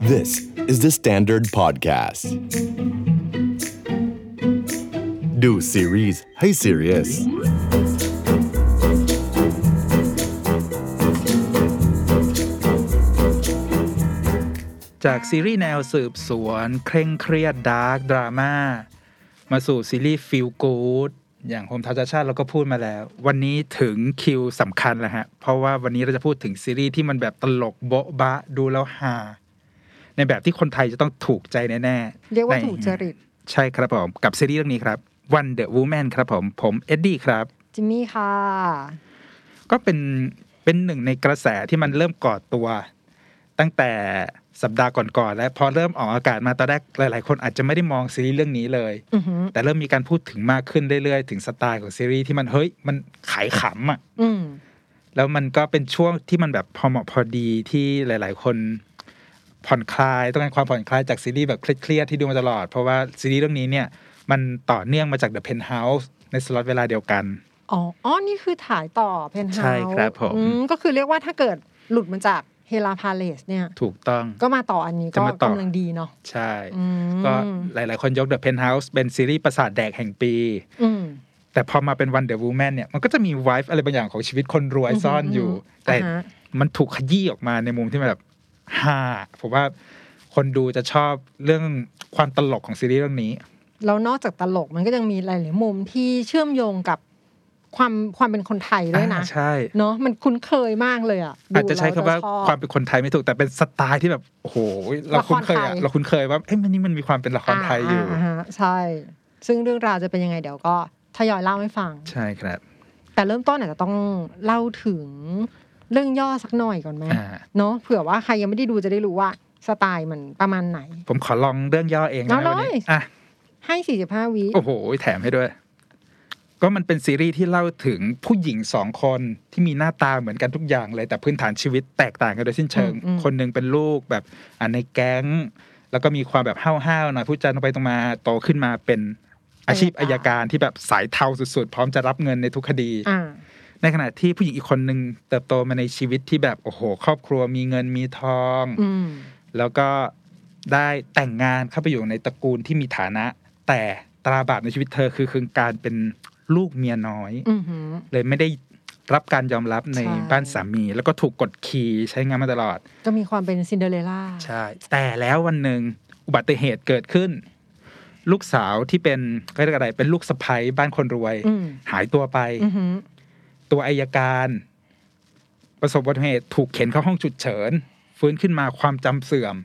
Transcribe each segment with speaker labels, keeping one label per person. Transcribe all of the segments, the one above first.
Speaker 1: This is the Standard Podcast ดูซีรีส์ให้ serious
Speaker 2: จากซีรีส์แนวสืบสวน เคร่งเครียดดาร์กดราม่ามาสู่ซีรีส์ฟิลกูดอย่างโฮมทาชาชาติเราก็พูดมาแล้ว วันนี้ถึงคิวสำคัญแล้วฮะ เพราะว่าวันนี้เราจะพูดถึงซีรีส์ที่มันแบบตลกโบ๊ะบะดูแล้วฮาในแบบที่คนไทยจะต้องถูกใจแน่ๆ
Speaker 3: เรียกว่า
Speaker 2: ใน
Speaker 3: ถูกจริต
Speaker 2: ใช่ครับผม กับซีรีส์เรื่องนี้ครับ One the Woman ครับผม ผมเอ็ดดี้ครับ
Speaker 3: จิมมี่ค่ะ
Speaker 2: ก็เป็นเป็นหนึ่งในกระแสที่มันเริ่มก่อตัว ตั้งแต่สัปดาห์ก่อนๆและพอเริ่มออกอากาศมาตอนแรกหลาย ๆ คนอาจจะไม่ได้มองซีรีส์เรื่องนี้เลย
Speaker 3: อือหือ
Speaker 2: แต่เริ่มมีการพูดถึงมากขึ้นเรื่อยๆ ถึงสไตล์ของซีรีส์ที่มันเฮ้ยมันขายขำอ่ะ
Speaker 3: อืม
Speaker 2: แล้วมันก็เป็นช่วงที่มันแบบพอเหมาะพอดีที่หลาย ๆ คนผ่อนคลายต้องการความผ่อนคลายจากซีรีส์แบบเครียดๆที่ดูมาตลอด เพราะว่าซีรีส์เรื่องนี้เนี่ยมันต่อเนื่องมาจาก The Penthouse ในสล็อตเวลาเดียวกัน
Speaker 3: อ๋ออ๋อนี่คือถ่ายต่อเพนท์เฮาส์
Speaker 2: ใช่ครับผม
Speaker 3: อืก็คือเรียกว่าถ้าเกิดหลุดมาจากเฮลาพาเลสเนี่ย
Speaker 2: ถูกต้อง
Speaker 3: ก็มาต่ออันนี้
Speaker 2: จะ
Speaker 3: ก็
Speaker 2: มาต่อ
Speaker 3: กำลังดีเนาะ
Speaker 2: ใช่
Speaker 3: อืม
Speaker 2: ก็หลาย ๆ คนยก The Penthouse เป็นซีรีส์ประสาทแดกแห่งปี
Speaker 3: อืม
Speaker 2: แต่พอมาเป็น Wonder Woman เนี่ย มันก็จะมี wife อะไรบางอย่างของชีวิตคนรวย
Speaker 3: อือหือ
Speaker 2: ซ่อนอยู่
Speaker 3: อือหือ
Speaker 2: แต่
Speaker 3: อ่าฮะ
Speaker 2: มันถูกขยี้ออกมาในมุมที่มันแบบฮ่าผมว่าคนดูจะชอบเรื่องความตลกของซีรีส์เรื่องนี้
Speaker 3: แล้วนอกจากตลกมันก็ยังมีหลายๆมุมที่เชื่อมโยงกับความความเป็นคนไทยด้วยนะ
Speaker 2: อ่าใช่
Speaker 3: เนาะมันคุ้นเคยมากเลยอ่ะดู
Speaker 2: อาจจะใช้คำว่า
Speaker 3: แล้จะชอบ
Speaker 2: ความเป็นคนไทยไม่ถูกแต่เป็นสไตล์ที่แบบโอ้โหเราคุ้นเคยอะ
Speaker 3: ละครไทย
Speaker 2: เราคุ้นเคยว่าเอ้ยมันนี่มันมีความเป็นละครไทยอยู่
Speaker 3: าฮะใช่ ซึ่งเรื่องราวจะเป็นยังไงเดี๋ยวก็ทยอยเล่าให้ฟัง
Speaker 2: ใช่ครับ
Speaker 3: แต่เริ่มต้นอาจจะต้องเล่าถึงเรื่องย่อสักหน่อยก่อนไหม
Speaker 2: อ่า
Speaker 3: เนาะเผื่อว่าใครยังไม่ได้ดูจะได้รู้ว่าสไตล์มันประมาณไหน
Speaker 2: ผมขอลองเรื่องย่อเองนะ
Speaker 3: เอาเลย
Speaker 2: วันนี้อ่ะ
Speaker 3: ให้ 45 วิ
Speaker 2: โอ้โห แถมให้ด้วย ก็มันเป็นซีรีส์ที่เล่าถึงผู้หญิงสองคนที่มีหน้าตาเหมือนกันทุกอย่างเลย แต่พื้นฐานชีวิตแตกต่างกันโดยสิ้นเชิง คนหนึ่งเป็นลูกแบบอ่ะในแก๊ง แล้วก็มีความแบบห้าวๆหน่อยพูดจาตรงไปตรงมาโตขึ้นมาเป็นอาชีพอายการที่แบบสายเทาสุดๆ พร้อมจะรับเงินในทุกคดี
Speaker 3: อ่า
Speaker 2: ในขณะที่ผู้หญิงอีกคนหนึ่งเติบโตมาในชีวิตที่แบบโอ้โห ครอบครัวมีเงินมีทอง
Speaker 3: อืม
Speaker 2: แล้วก็ได้แต่งงานเข้าไปอยู่ในตระกูลที่มีฐานะ แต่ตราบาปในชีวิตเธอคือคือการเป็นลูกเมียน้อย
Speaker 3: อือหือ
Speaker 2: เลยไม่ได้รับการยอมรับใน
Speaker 3: ใช่
Speaker 2: บ้านสามี แล้วก็ถูกกดขี่ใช้งานมาตลอด
Speaker 3: ก็มีความเป็นซินเดอเรลล่า
Speaker 2: ใช่ แต่แล้ววันหนึ่งอุบัติเหตุเกิดขึ้น ลูกสาวที่เป็นก็เรียกอะไรเป็นลูกสะใภ้บ้านคนรวย
Speaker 3: อืม
Speaker 2: หายตัวไป
Speaker 3: อือหือ
Speaker 2: ตัวอายการ ประสบอุบัติเหตุถูกเข็นเข้าห้องฉุกเฉิน ฟื้นขึ้นมาความจำเสื่อม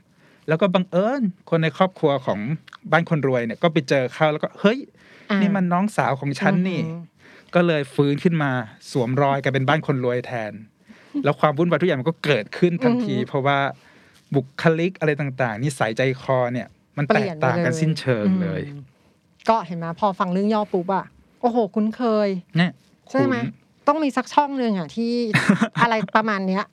Speaker 2: แล้วก็บังเอิญคนในครอบครัวของบ้านคนรวยเนี่ยก็ไปเจอเข้าแล้วก็เฮ้ย
Speaker 3: อ่านี่
Speaker 2: นี่มันน้องสาวของฉันนี่
Speaker 3: อือหือ
Speaker 2: ก็เลยฟื้นขึ้นมาสวมรอยกลายเป็นบ้านคนรวยแทน แล้วความวุ่นวายทุกอย่างมันก็เกิดขึ้นทันที เพราะว่าบุคลิกอะไรต่างๆนิสัยใจคอเนี่ย มัน
Speaker 3: เป
Speaker 2: แต
Speaker 3: ลี่
Speaker 2: ก
Speaker 3: ยนไป
Speaker 2: ต่างกัน
Speaker 3: เลย
Speaker 2: สิ้นเชิงเลย
Speaker 3: อืมก็เห็นไหมพอฟังเรื่องย่อปุ๊บอะโอ้โห คุ้นเคย
Speaker 2: เนี่ย
Speaker 3: ใช่ไหม
Speaker 2: คุณ
Speaker 3: ต้องมีสักช่องหนึ่งอะ ที่ อะไรประมาณเนี้ย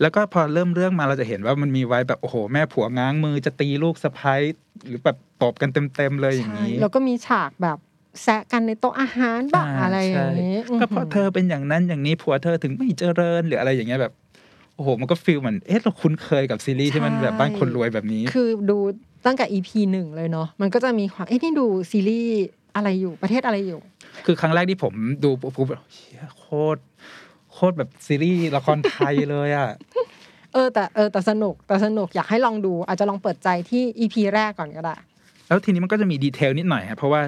Speaker 2: แล้วก็พอเริ่มเรื่องมาเราจะเห็นว่ามันมีไว้แบบโอ้โห แม่ผัวง้างมือจะตีลูกสะพ้ายหรือแบบตบกันเต็มๆเลยอย่าง
Speaker 3: ใช่
Speaker 2: นี้
Speaker 3: แล้วก็มีฉากแบบแซะกันในโต๊ะอาหารบ้างอะไรอย่างนี้
Speaker 2: ใช่ก็เพราะเธอเป็นอย่างนั้นอย่างนี้ผัวเธอถึงไม่เจริญหรืออะไรอย่างเงี้ยแบบโอ้โห มันก็ฟิลเหมือนเอ๊ะเราคุ้นเคยกับซีรีส์ที่มันแบบบ้านคนรวยแบบนี้
Speaker 3: คือดูตั้งแต่ EP หนึ่งเลยเนาะมันก็จะมีความเอ้นี่ดูซีรีส์อะไรอยู่ประเทศอะไรอยู่
Speaker 2: คือครั้งแรกที่ผมดูปุ๊บผมแบบเชี่ยโคตรโคตรแบบซีรีส์ละครไทยเลยอ่ะ
Speaker 3: เออแต่เออแต่สนุกแต่สนุกอยากให้ลองดู อาจจะลองเปิดใจที่ EP แรกก่อนก็ได้
Speaker 2: แล้วทีนี้มันก็จะมีดีเทลนิดหน่อยฮะเพราะว่า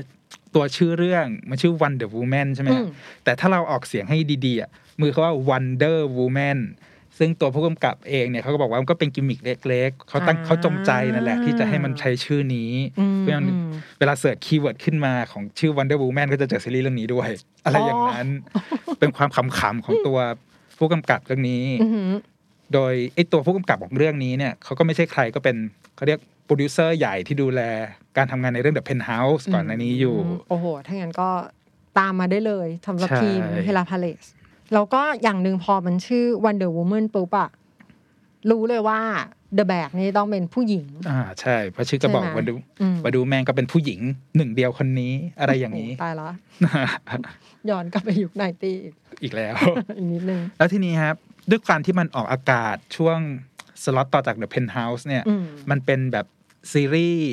Speaker 2: ตัวชื่อเรื่องมันชื่อ Wonder Woman ใช่ไหมฮะ
Speaker 3: อืม
Speaker 2: แต่ถ้าเราออกเสียงให้ดีๆอ่ะมือเขาว่า Wonder Woman ซึ่งตัวผู้กำกับเองเนี่ยเขาก็บอกว่ามันก็เป็นกิมมิกเล็กๆเขาตั้งเขาจงใจนั่นแหละ ที่จะให้มันใช้ชื่อนี้
Speaker 3: อืม
Speaker 2: เพราะฉะนั้น
Speaker 3: อืม
Speaker 2: เวลาเสิร์ชคีย์เวิร์ดขึ้นมาของชื่อ Wonder Woman ก็จะเจอซีรีส์เรื่องนี้ด้วย อะไรอย่างนั้น เป็นความขำๆของตัวผู้กำกับเรื่องนี้
Speaker 3: อือหือ
Speaker 2: โดยไอตัวผู้กำกับของเรื่องนี้เนี่ยเขาก็ไม่ใช่ใครก็เป็นเขาเรียกโปรดิวเซอร์ใหญ่ที่ดูแลการทำงานในเรื่อง The Penthouse ก่อนหน้านี้อยู่
Speaker 3: มโอ้โห ถ้างั้นก็ตามมาได้เลยทำหรับ
Speaker 2: ใช่
Speaker 3: ทีมเฮลาพาเลสแล้วก็อย่างหนึ่งพอมันชื่อ Wonder Woman ปุ๊บอะรู้เลยว่า The Bag นี่ต้องเป็นผู้หญิง
Speaker 2: อ่าใช่เพราะชื่อก็บอก
Speaker 3: ใช่ไหม
Speaker 2: วันดู
Speaker 3: อืม
Speaker 2: วันดูแมงก็เป็นผู้หญิงหนึ่งเดียวคนนี้อะไรอย่างนี้
Speaker 3: โโหตายละ ย้อนกลับไปยุคไนตี
Speaker 2: อีกแล้ว
Speaker 3: อีกนิดนึง
Speaker 2: แล้วทีนี้ครับ ด้วยการที่มันออกอากาศช่วง สล็อตต่อจาก The Penthouse เนี่ย
Speaker 3: อืม
Speaker 2: มันเป็นแบบซีรีส์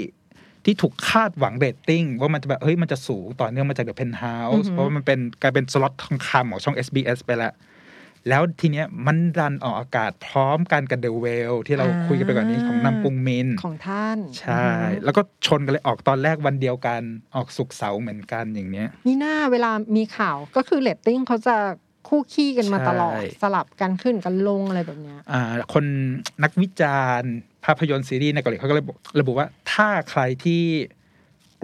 Speaker 2: ที่ถูกคาดหวังเรตติ้งว่ามันจะแบบเฮ้ยมันจะสูงต่อเนื่องมาจาก The Penthouse
Speaker 3: อือหือ
Speaker 2: เพราะว่ามันเป็นกลายเป็นสล็อตทองคำของช่อง SBS ไปแล้ว แล้วทีเนี้ยมันดันออกอากาศพร้อมกันกับ The w a l ที่เราคุยกันไปก่อนนี้ของนำปุงมิน
Speaker 3: ของท่าน
Speaker 2: ใช่ แล้วก็ชนกันเลยออกตอนแรกวันเดียวกันออกสุกร์เสาร์เหมือนกันอย่างเนี้ย
Speaker 3: นี่หน้าเวลามีข่าวก็คือเลตติ้งเขาจะคู่ขี้กันมาตลอด
Speaker 2: ใช่
Speaker 3: สลับกันขึ้นกันลงอะไรแบบเนี้ย
Speaker 2: อ่าคนนักวิจารณ์ ภาพยนตร์ซีรีส์ในเกาหลีเขาก็เลยบอกระบุว่าถ้าใครที่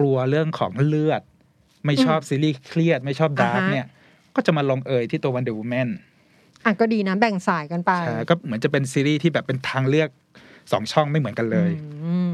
Speaker 2: กลัวเรื่องของเลือด ไม่ชอบซีรีส์เครียด ไม่ชอบดาร์ก
Speaker 3: อ่าฮะ
Speaker 2: เนี่ย ก็จะมาลงเอยที่ตัว Wonder Woman
Speaker 3: อ่ะก็ดีนะแบ่งสายกันไป
Speaker 2: ใช่ก็เหมือนจะเป็นซีรีส์ที่แบบเป็นทางเลือกสองช่องไม่เหมือนกันเลย
Speaker 3: อืม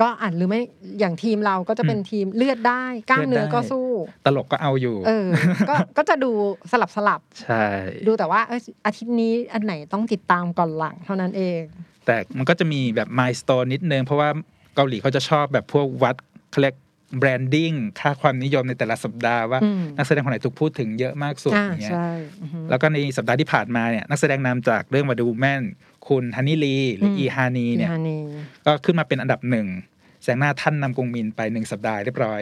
Speaker 3: ก็อ่านหรือไม่อย่างทีมเราก็จะเป็นทีมเลือดได้ กล้ามเนื้อ
Speaker 2: เลือดได้
Speaker 3: ก็สู้
Speaker 2: ตลกก็เอาอยู่
Speaker 3: เออ ก็ก็จะดูสลับส ลับ
Speaker 2: ใช่
Speaker 3: ดูแต่ว่าเอยอาทิตย์นี้อันไหนต้องติดตามก่อนหลังเท่านั้นเอง
Speaker 2: แต่มันก็จะมีแบบมายส o n e นิดนึง เพราะว่าเกาหลีเขาจะชอบแบบพวกวัดเขาเรียกแบรนดิ้งค่าความนิยมในแต่ละสัปดาห์ว่า
Speaker 3: อืม
Speaker 2: นักแสดงคนไหนถูกพูดถึงเยอะมากสุด
Speaker 3: อ่า
Speaker 2: อย่างเงี้ย
Speaker 3: ใช่อือฮึ
Speaker 2: แล้วก็ในสัปดาห์ที่ผ่านมาเนี่ยนักแสดงนำจากเรื่องมาดูแม่น คุณฮันนี่ลีหรืออ
Speaker 3: ม
Speaker 2: อีฮานีเนี่ย
Speaker 3: ฮานี
Speaker 2: ก็ขึ้นมาเป็นอันดับหนึ่งแสงหน้าท่านนำกรุงมินไปหนึ่งสัปดาห์เรียบร้อย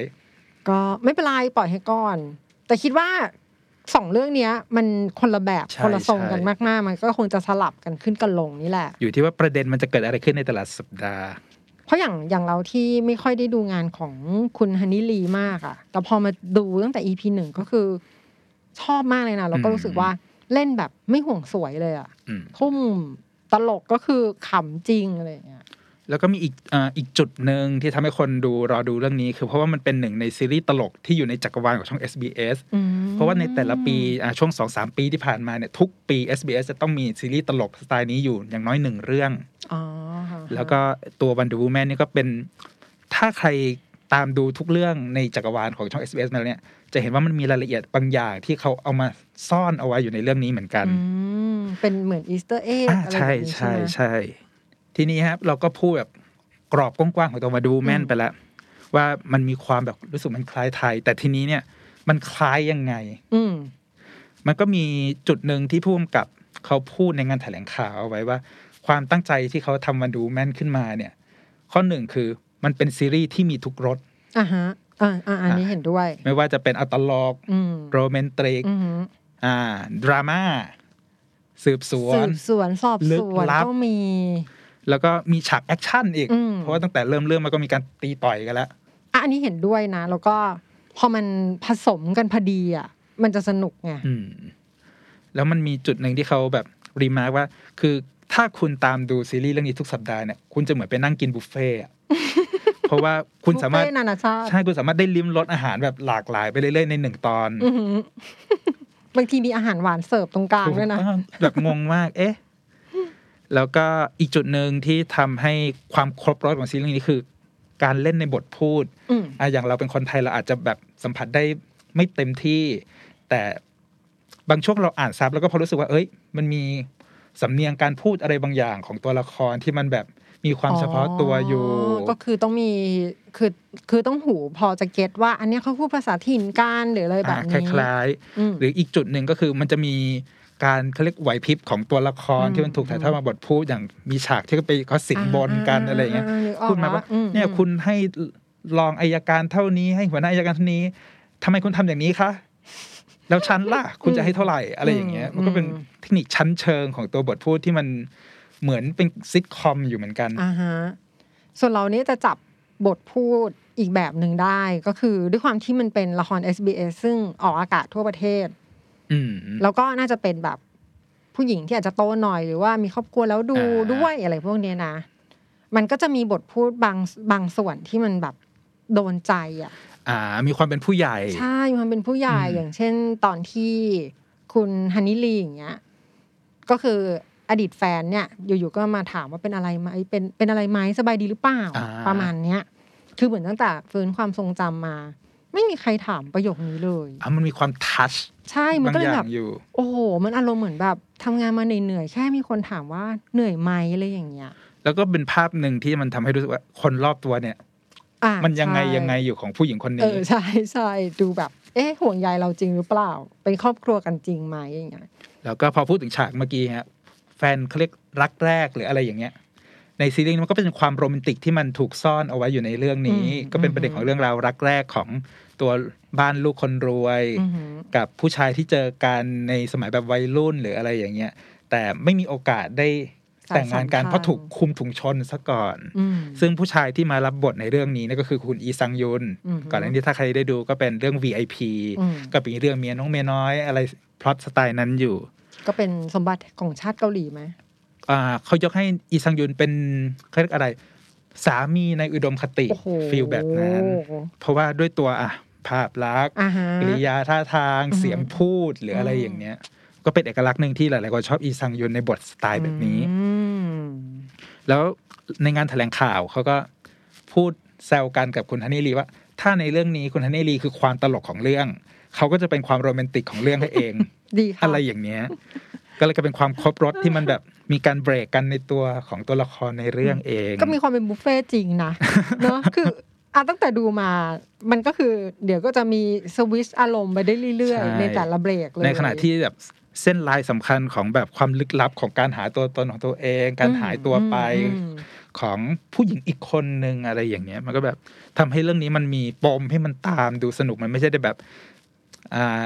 Speaker 3: ก็ไม่เป็นไรปล่อยให้ก่อน แต่คิดว่าสองเรื่องเนี้ย มันคนละแบบ
Speaker 2: ใช่
Speaker 3: คนละทรงกัน
Speaker 2: ใช่
Speaker 3: มากๆ มันก็คงจะสลับกันขึ้นกันลงนี่แหละ
Speaker 2: อยู่ที่ว่าประเด็นมันจะเกิดอะไรขึ้นในแต่ละสัปดาห์
Speaker 3: เพราะอย่างอย่างเราที่ไม่ค่อยได้ดูงานของคุณฮันนี่ลีมากอะแต่พอมาดูตั้งแต่ EP หนึ่งก็คือ ชอบมากเลยนะเราก็
Speaker 2: อืม
Speaker 3: รู้สึกว่าเล่นแบบไม่ห่วงสวยเลยอะ
Speaker 2: อืม
Speaker 3: ทุ่มตลกก็คือขำจริงอะไรอย่างเงี้ย
Speaker 2: แล้วก็มีอีกเอ่ออีกจุดหนึ่งที่ทำให้คนดูรอดูเรื่องนี้ คือเพราะว่ามันเป็นหนึ่งในซีรีส์ตลกที่อยู่ในจักรวาลของช่อง SBS
Speaker 3: อืม
Speaker 2: เพราะว่าในแต่ละปีอ่าช่วง2อสปีที่ผ่านมาเนี่ยทุกปี SBS จะต้องมีซีรีส์ตลกสไตล์นี้อยู่อย่างน้อยหนึ่งเรื่อง
Speaker 3: อ๋อฮะ
Speaker 2: แล้วก็ตัว Wonder Woman นี่ก็เป็น ถ้าใครตามดูทุกเรื่องในจักรวาลของช่อง SBS มาแล้วเนี่ย จะเห็นว่ามันมีรายละเอียดบางอย่างที่เขาเอามาซ่อนเอาไว้อยู่ในเรื่องนี้เหมือนกัน
Speaker 3: อืมเป็นเหมือนอีสเตอร์เอ็ก
Speaker 2: อ่า
Speaker 3: อะไรแบ
Speaker 2: ใช่
Speaker 3: บนี้
Speaker 2: ใช่
Speaker 3: ใช่ไหม
Speaker 2: ใช่ทีนี้ครับเราก็พูดแบบกรอบกว้างๆของตัว Wonder Woman
Speaker 3: อืม
Speaker 2: ไปแล้ว ว่ามันมีความแบบรู้สึกมันคล้ายไทย แต่ทีนี้เนี่ยมันคล้ายยังไง
Speaker 3: อืม
Speaker 2: มันก็มีจุดหนึ่งที่ผู้กำกับเขาพูดในงานแถลงข่าวเอาไว้ว่า ความตั้งใจที่เขาทำวันดูแม่นขึ้นมาเนี่ย ข้อหนึ่งคือมันเป็นซีรีส์ที่มีทุกรส
Speaker 3: อ่าฮะอ่าอ่าอันนี้
Speaker 2: อ่ะ
Speaker 3: เห็นด้วย
Speaker 2: ไม่ว่าจะเป็นอัตลก
Speaker 3: อืม
Speaker 2: โรแมนติก
Speaker 3: อือหือ
Speaker 2: อ่าดราม่าสืบสว
Speaker 3: สื
Speaker 2: น
Speaker 3: บสวนสอบ
Speaker 2: ลึ
Speaker 3: ส
Speaker 2: ก
Speaker 3: วน
Speaker 2: ลับ
Speaker 3: ก็มี
Speaker 2: แล้วก็มีฉากแอคชั่นอีก
Speaker 3: อืม
Speaker 2: เพราะว่าตั้งแต่เริ่มเรื่องมันก็มีการตีต่อยกันแล้ว
Speaker 3: อ่ะอันนี้เห็นด้วยนะ แล้วก็พอมันผสมกันพอดีอ่ะ มันจะสนุกไง
Speaker 2: อืมแล้วมันมีจุดหนึ่งที่เขาแบบรีมาร์กว่า คือถ้าคุณตามดูซีรีส์เรื่องนี้ทุกสัปดาห์เนี่ยคุณจะเหมือนไปนั่งกินบุฟเฟ่ ต์อะ เพราะว่าคุณสามารถ
Speaker 3: บุฟเฟ่ต์นานาชาติ
Speaker 2: ใช่คุณสามารถได้ลิ้มรสอาหารแบบหลากหลายไปเรื่อยๆในหนึ่งตอน
Speaker 3: อื้อหือ บางทีมีอาหารหวานเสิร์ฟตรงกลางด้วยนะ
Speaker 2: ถูกต้องแบบงงมาก เอ๊ะ แล้วก็อีกจุดหนึ่งที่ทำให้ความครบรสของซีรีส์เรื่องนี้คือ การเล่นในบทพูด
Speaker 3: อืม
Speaker 2: อะอย่างเราเป็นคนไทยเราอาจจะแบบสัมผัสได้ไม่เต็มที่ แต่บางช่วงเราอ่านซับแล้วก็พอรู้สึกว่า เอ้ย มันมีสำเนียงการพูดอะไรบางอย่างของตัวละครที่มันแบบมีความเฉพาะตัวอยู่
Speaker 3: ก็คือต้องมีคือคือต้องหูพอจะเก็ตว่า อันเนี้ยเขาพูดภาษาถิ่นกันหรืออะไรแบบ
Speaker 2: อ่ะค
Speaker 3: นี้
Speaker 2: ล้าย
Speaker 3: อืม
Speaker 2: ๆ หรืออีกจุดหนึ่งก็คือมันจะมีการเขาเรียกไหวพริบของตัวละคร
Speaker 3: อืม
Speaker 2: ที่มันถูกถ่ายทอดมาบทพูดอย่างมีฉากที่เขาไปเขาสินบนกัน
Speaker 3: อ่า
Speaker 2: อะไรอย่างเงี้ย
Speaker 3: อ่านึกออก
Speaker 2: พูดมา
Speaker 3: แล้ว
Speaker 2: ว่า
Speaker 3: อืม
Speaker 2: เนี่ย
Speaker 3: อืม
Speaker 2: คุณให้รองอายการเท่านี้ ให้หัวหน้าอายการเท่านี้ทำไมคุณทำอย่างนี้คะแล้วชั้นล่ะ คุณจะให้เท่าไหร่อะไรอย่างเงี้ย มันก็เป็นเทคนิคชั้นเชิงของตัวบทพูดที่มันเหมือนเป็นซิทคอมอยู่เหมือนกัน
Speaker 3: อ่าฮะส่วนเราเนี้จะจับบทพูดอีกแบบหนึ่งได้ก็คือด้วยความที่มันเป็นละคร SBS ซึ่งออกอากาศทั่วประเทศ
Speaker 2: อืม
Speaker 3: แล้วก็น่าจะเป็นแบบผู้หญิงที่อาจจะโตหน่อยหรือว่ามีครอบครัวแล้วดู
Speaker 2: อ่า
Speaker 3: ด้วยอะไรพวกเนี้ยนะ มันก็จะมีบทพูดบางบางส่วนที่มันแบบโดนใจอ่ะ
Speaker 2: อ่า มีความเป็นผู้ใหญ่
Speaker 3: ใช่มีความเป็นผู้ใหญ่
Speaker 2: อืม
Speaker 3: อย่างเช่นตอนที่คุณฮันนี่ลีอย่างเงี้ยก็คืออดีตแฟนเนี่ย อยู่ๆก็มาถามว่าเป็นอะไรไหมเป็นเป็นอะไรไหมสบายดีหรือเปล่า ประมาณเนี้ย คือเหมือนตั้งแต่ฟื้นความทรงจำมา ไม่มีใครถามประโยคนี้เลย
Speaker 2: อ่ะมันมีความทัช
Speaker 3: ใช่มัน
Speaker 2: บาง
Speaker 3: ก็เล
Speaker 2: อยย่า
Speaker 3: แบ
Speaker 2: ง
Speaker 3: บ
Speaker 2: อยู่
Speaker 3: โอ้โห มันอารมณ์เหมือนแบบทำงานมาเหนื่อยๆ แค่มีคนถามว่าเหนื่อยไหมอะไรอย่างเงี้ย
Speaker 2: แล้วก็เป็นภาพหนึ่งที่มันทำให้รู้สึกว่าคนรอบตัวเนี่ย
Speaker 3: อ่ะ
Speaker 2: มันยังไง
Speaker 3: ใช่
Speaker 2: ยังไงอยู่ของผู้หญิงคน
Speaker 3: เอ
Speaker 2: นี้
Speaker 3: อ ใช่ใช่ดูแบบ เอ๊ะห่วงใยเราจริงหรือเปล่า เป็นครอบครัวกันจริงไหมอย่างเงี้ย
Speaker 2: แล้วก็พอพูดถึงฉากเมื่อกี้ฮะ แฟ ฟนเขาเรียกรักแรกหรืออะไรอย่างเงี้ย ในซีรีส์นี้มันก็เป็นความโรแมนติกที่มันถูกซ่อนเอาไว้อยู่ในเรื่องนี้
Speaker 3: อืม
Speaker 2: ก็เป็นประเด็นของเรื่องราวรักแรกของตัวบ้านลูกคนรวย
Speaker 3: อือหือ
Speaker 2: กับผู้ชายที่เจอกันในสมัยแบบวัยรุ่นหรืออะไรอย่างเงี้ย แต่ไม่มีโอกาสได้แต่งงานกัน
Speaker 3: สายสัมพันธ์
Speaker 2: เพราะถูกคุมถุงชนซะก่อน
Speaker 3: อืม
Speaker 2: ซึ่งผู้ชายที่มารับบทในเรื่องนี้เนี่ยก็คือคุณอีซังยุน
Speaker 3: อือฮึ
Speaker 2: ก่อนหน้านี้ถ้าใครได้ดูก็เป็นเรื่อง VIP
Speaker 3: อืม
Speaker 2: ก็เป็นเรื่องเมียน้องเมียน้อยอะไรพล็อตสไตล์นั้นอยู่
Speaker 3: ก็เป็นสมบัติของชาติเกาหลีไหม
Speaker 2: อ่าเขายกให้อีซังยุนเป็นเขาเรียกอะไร สามีในอุดมคติ
Speaker 3: โอ้โห
Speaker 2: ฟิลแบบนั้น เพราะว่าด้วยตัวอ่ะภาพลักษณ์
Speaker 3: อ่าฮะ
Speaker 2: กริยาท่าทาง
Speaker 3: อืม
Speaker 2: เสียงพูดหรืออะไร
Speaker 3: อืม
Speaker 2: อย่างเนี้ย ก็เป็นเอกลักษณ์หนึ่งที่หลาย ๆ คนชอบอีซังยุนในบทสไตล์แบบนี้
Speaker 3: อืม
Speaker 2: แล้วในงานแถลงข่าวเขาก็พูดแซวกันกับคุณฮันนี่ลีว่า ถ้าในเรื่องนี้คุณฮันนี่ลีคือความตลกของเรื่อง เขาก็จะเป็นความโรแมนติกของเรื่องให้เอง
Speaker 3: ดีค่ะ
Speaker 2: อะไรอย่างเนี้ย ก็เลยก็เป็นความครบรถที่มันแบบมีการเบรกกันในตัวของตัวละครในเรื่องเอง
Speaker 3: ก็มีความเป็นบุฟเฟ่ต์จริงนะ เนอะคืออ่ะตั้งแต่ดูมา มันก็คือ เดี๋ยวก็จะมีสวิชอารมณ์ไปได้เรื่อยๆ ในแต่ละเบรกเลย
Speaker 2: ในขณะที่แบบเส้นลายสำคัญของแบบความลึกลับของการหาตัวตนของตัวเอง การหายตัวไป
Speaker 3: อืม
Speaker 2: ของผู้หญิงอีกคนหนึ่งอะไรอย่างเงี้ย มันก็แบบทำให้เรื่องนี้มันมีปมให้มันตามดูสนุกมันไม่ใช่ได้แบบอ่า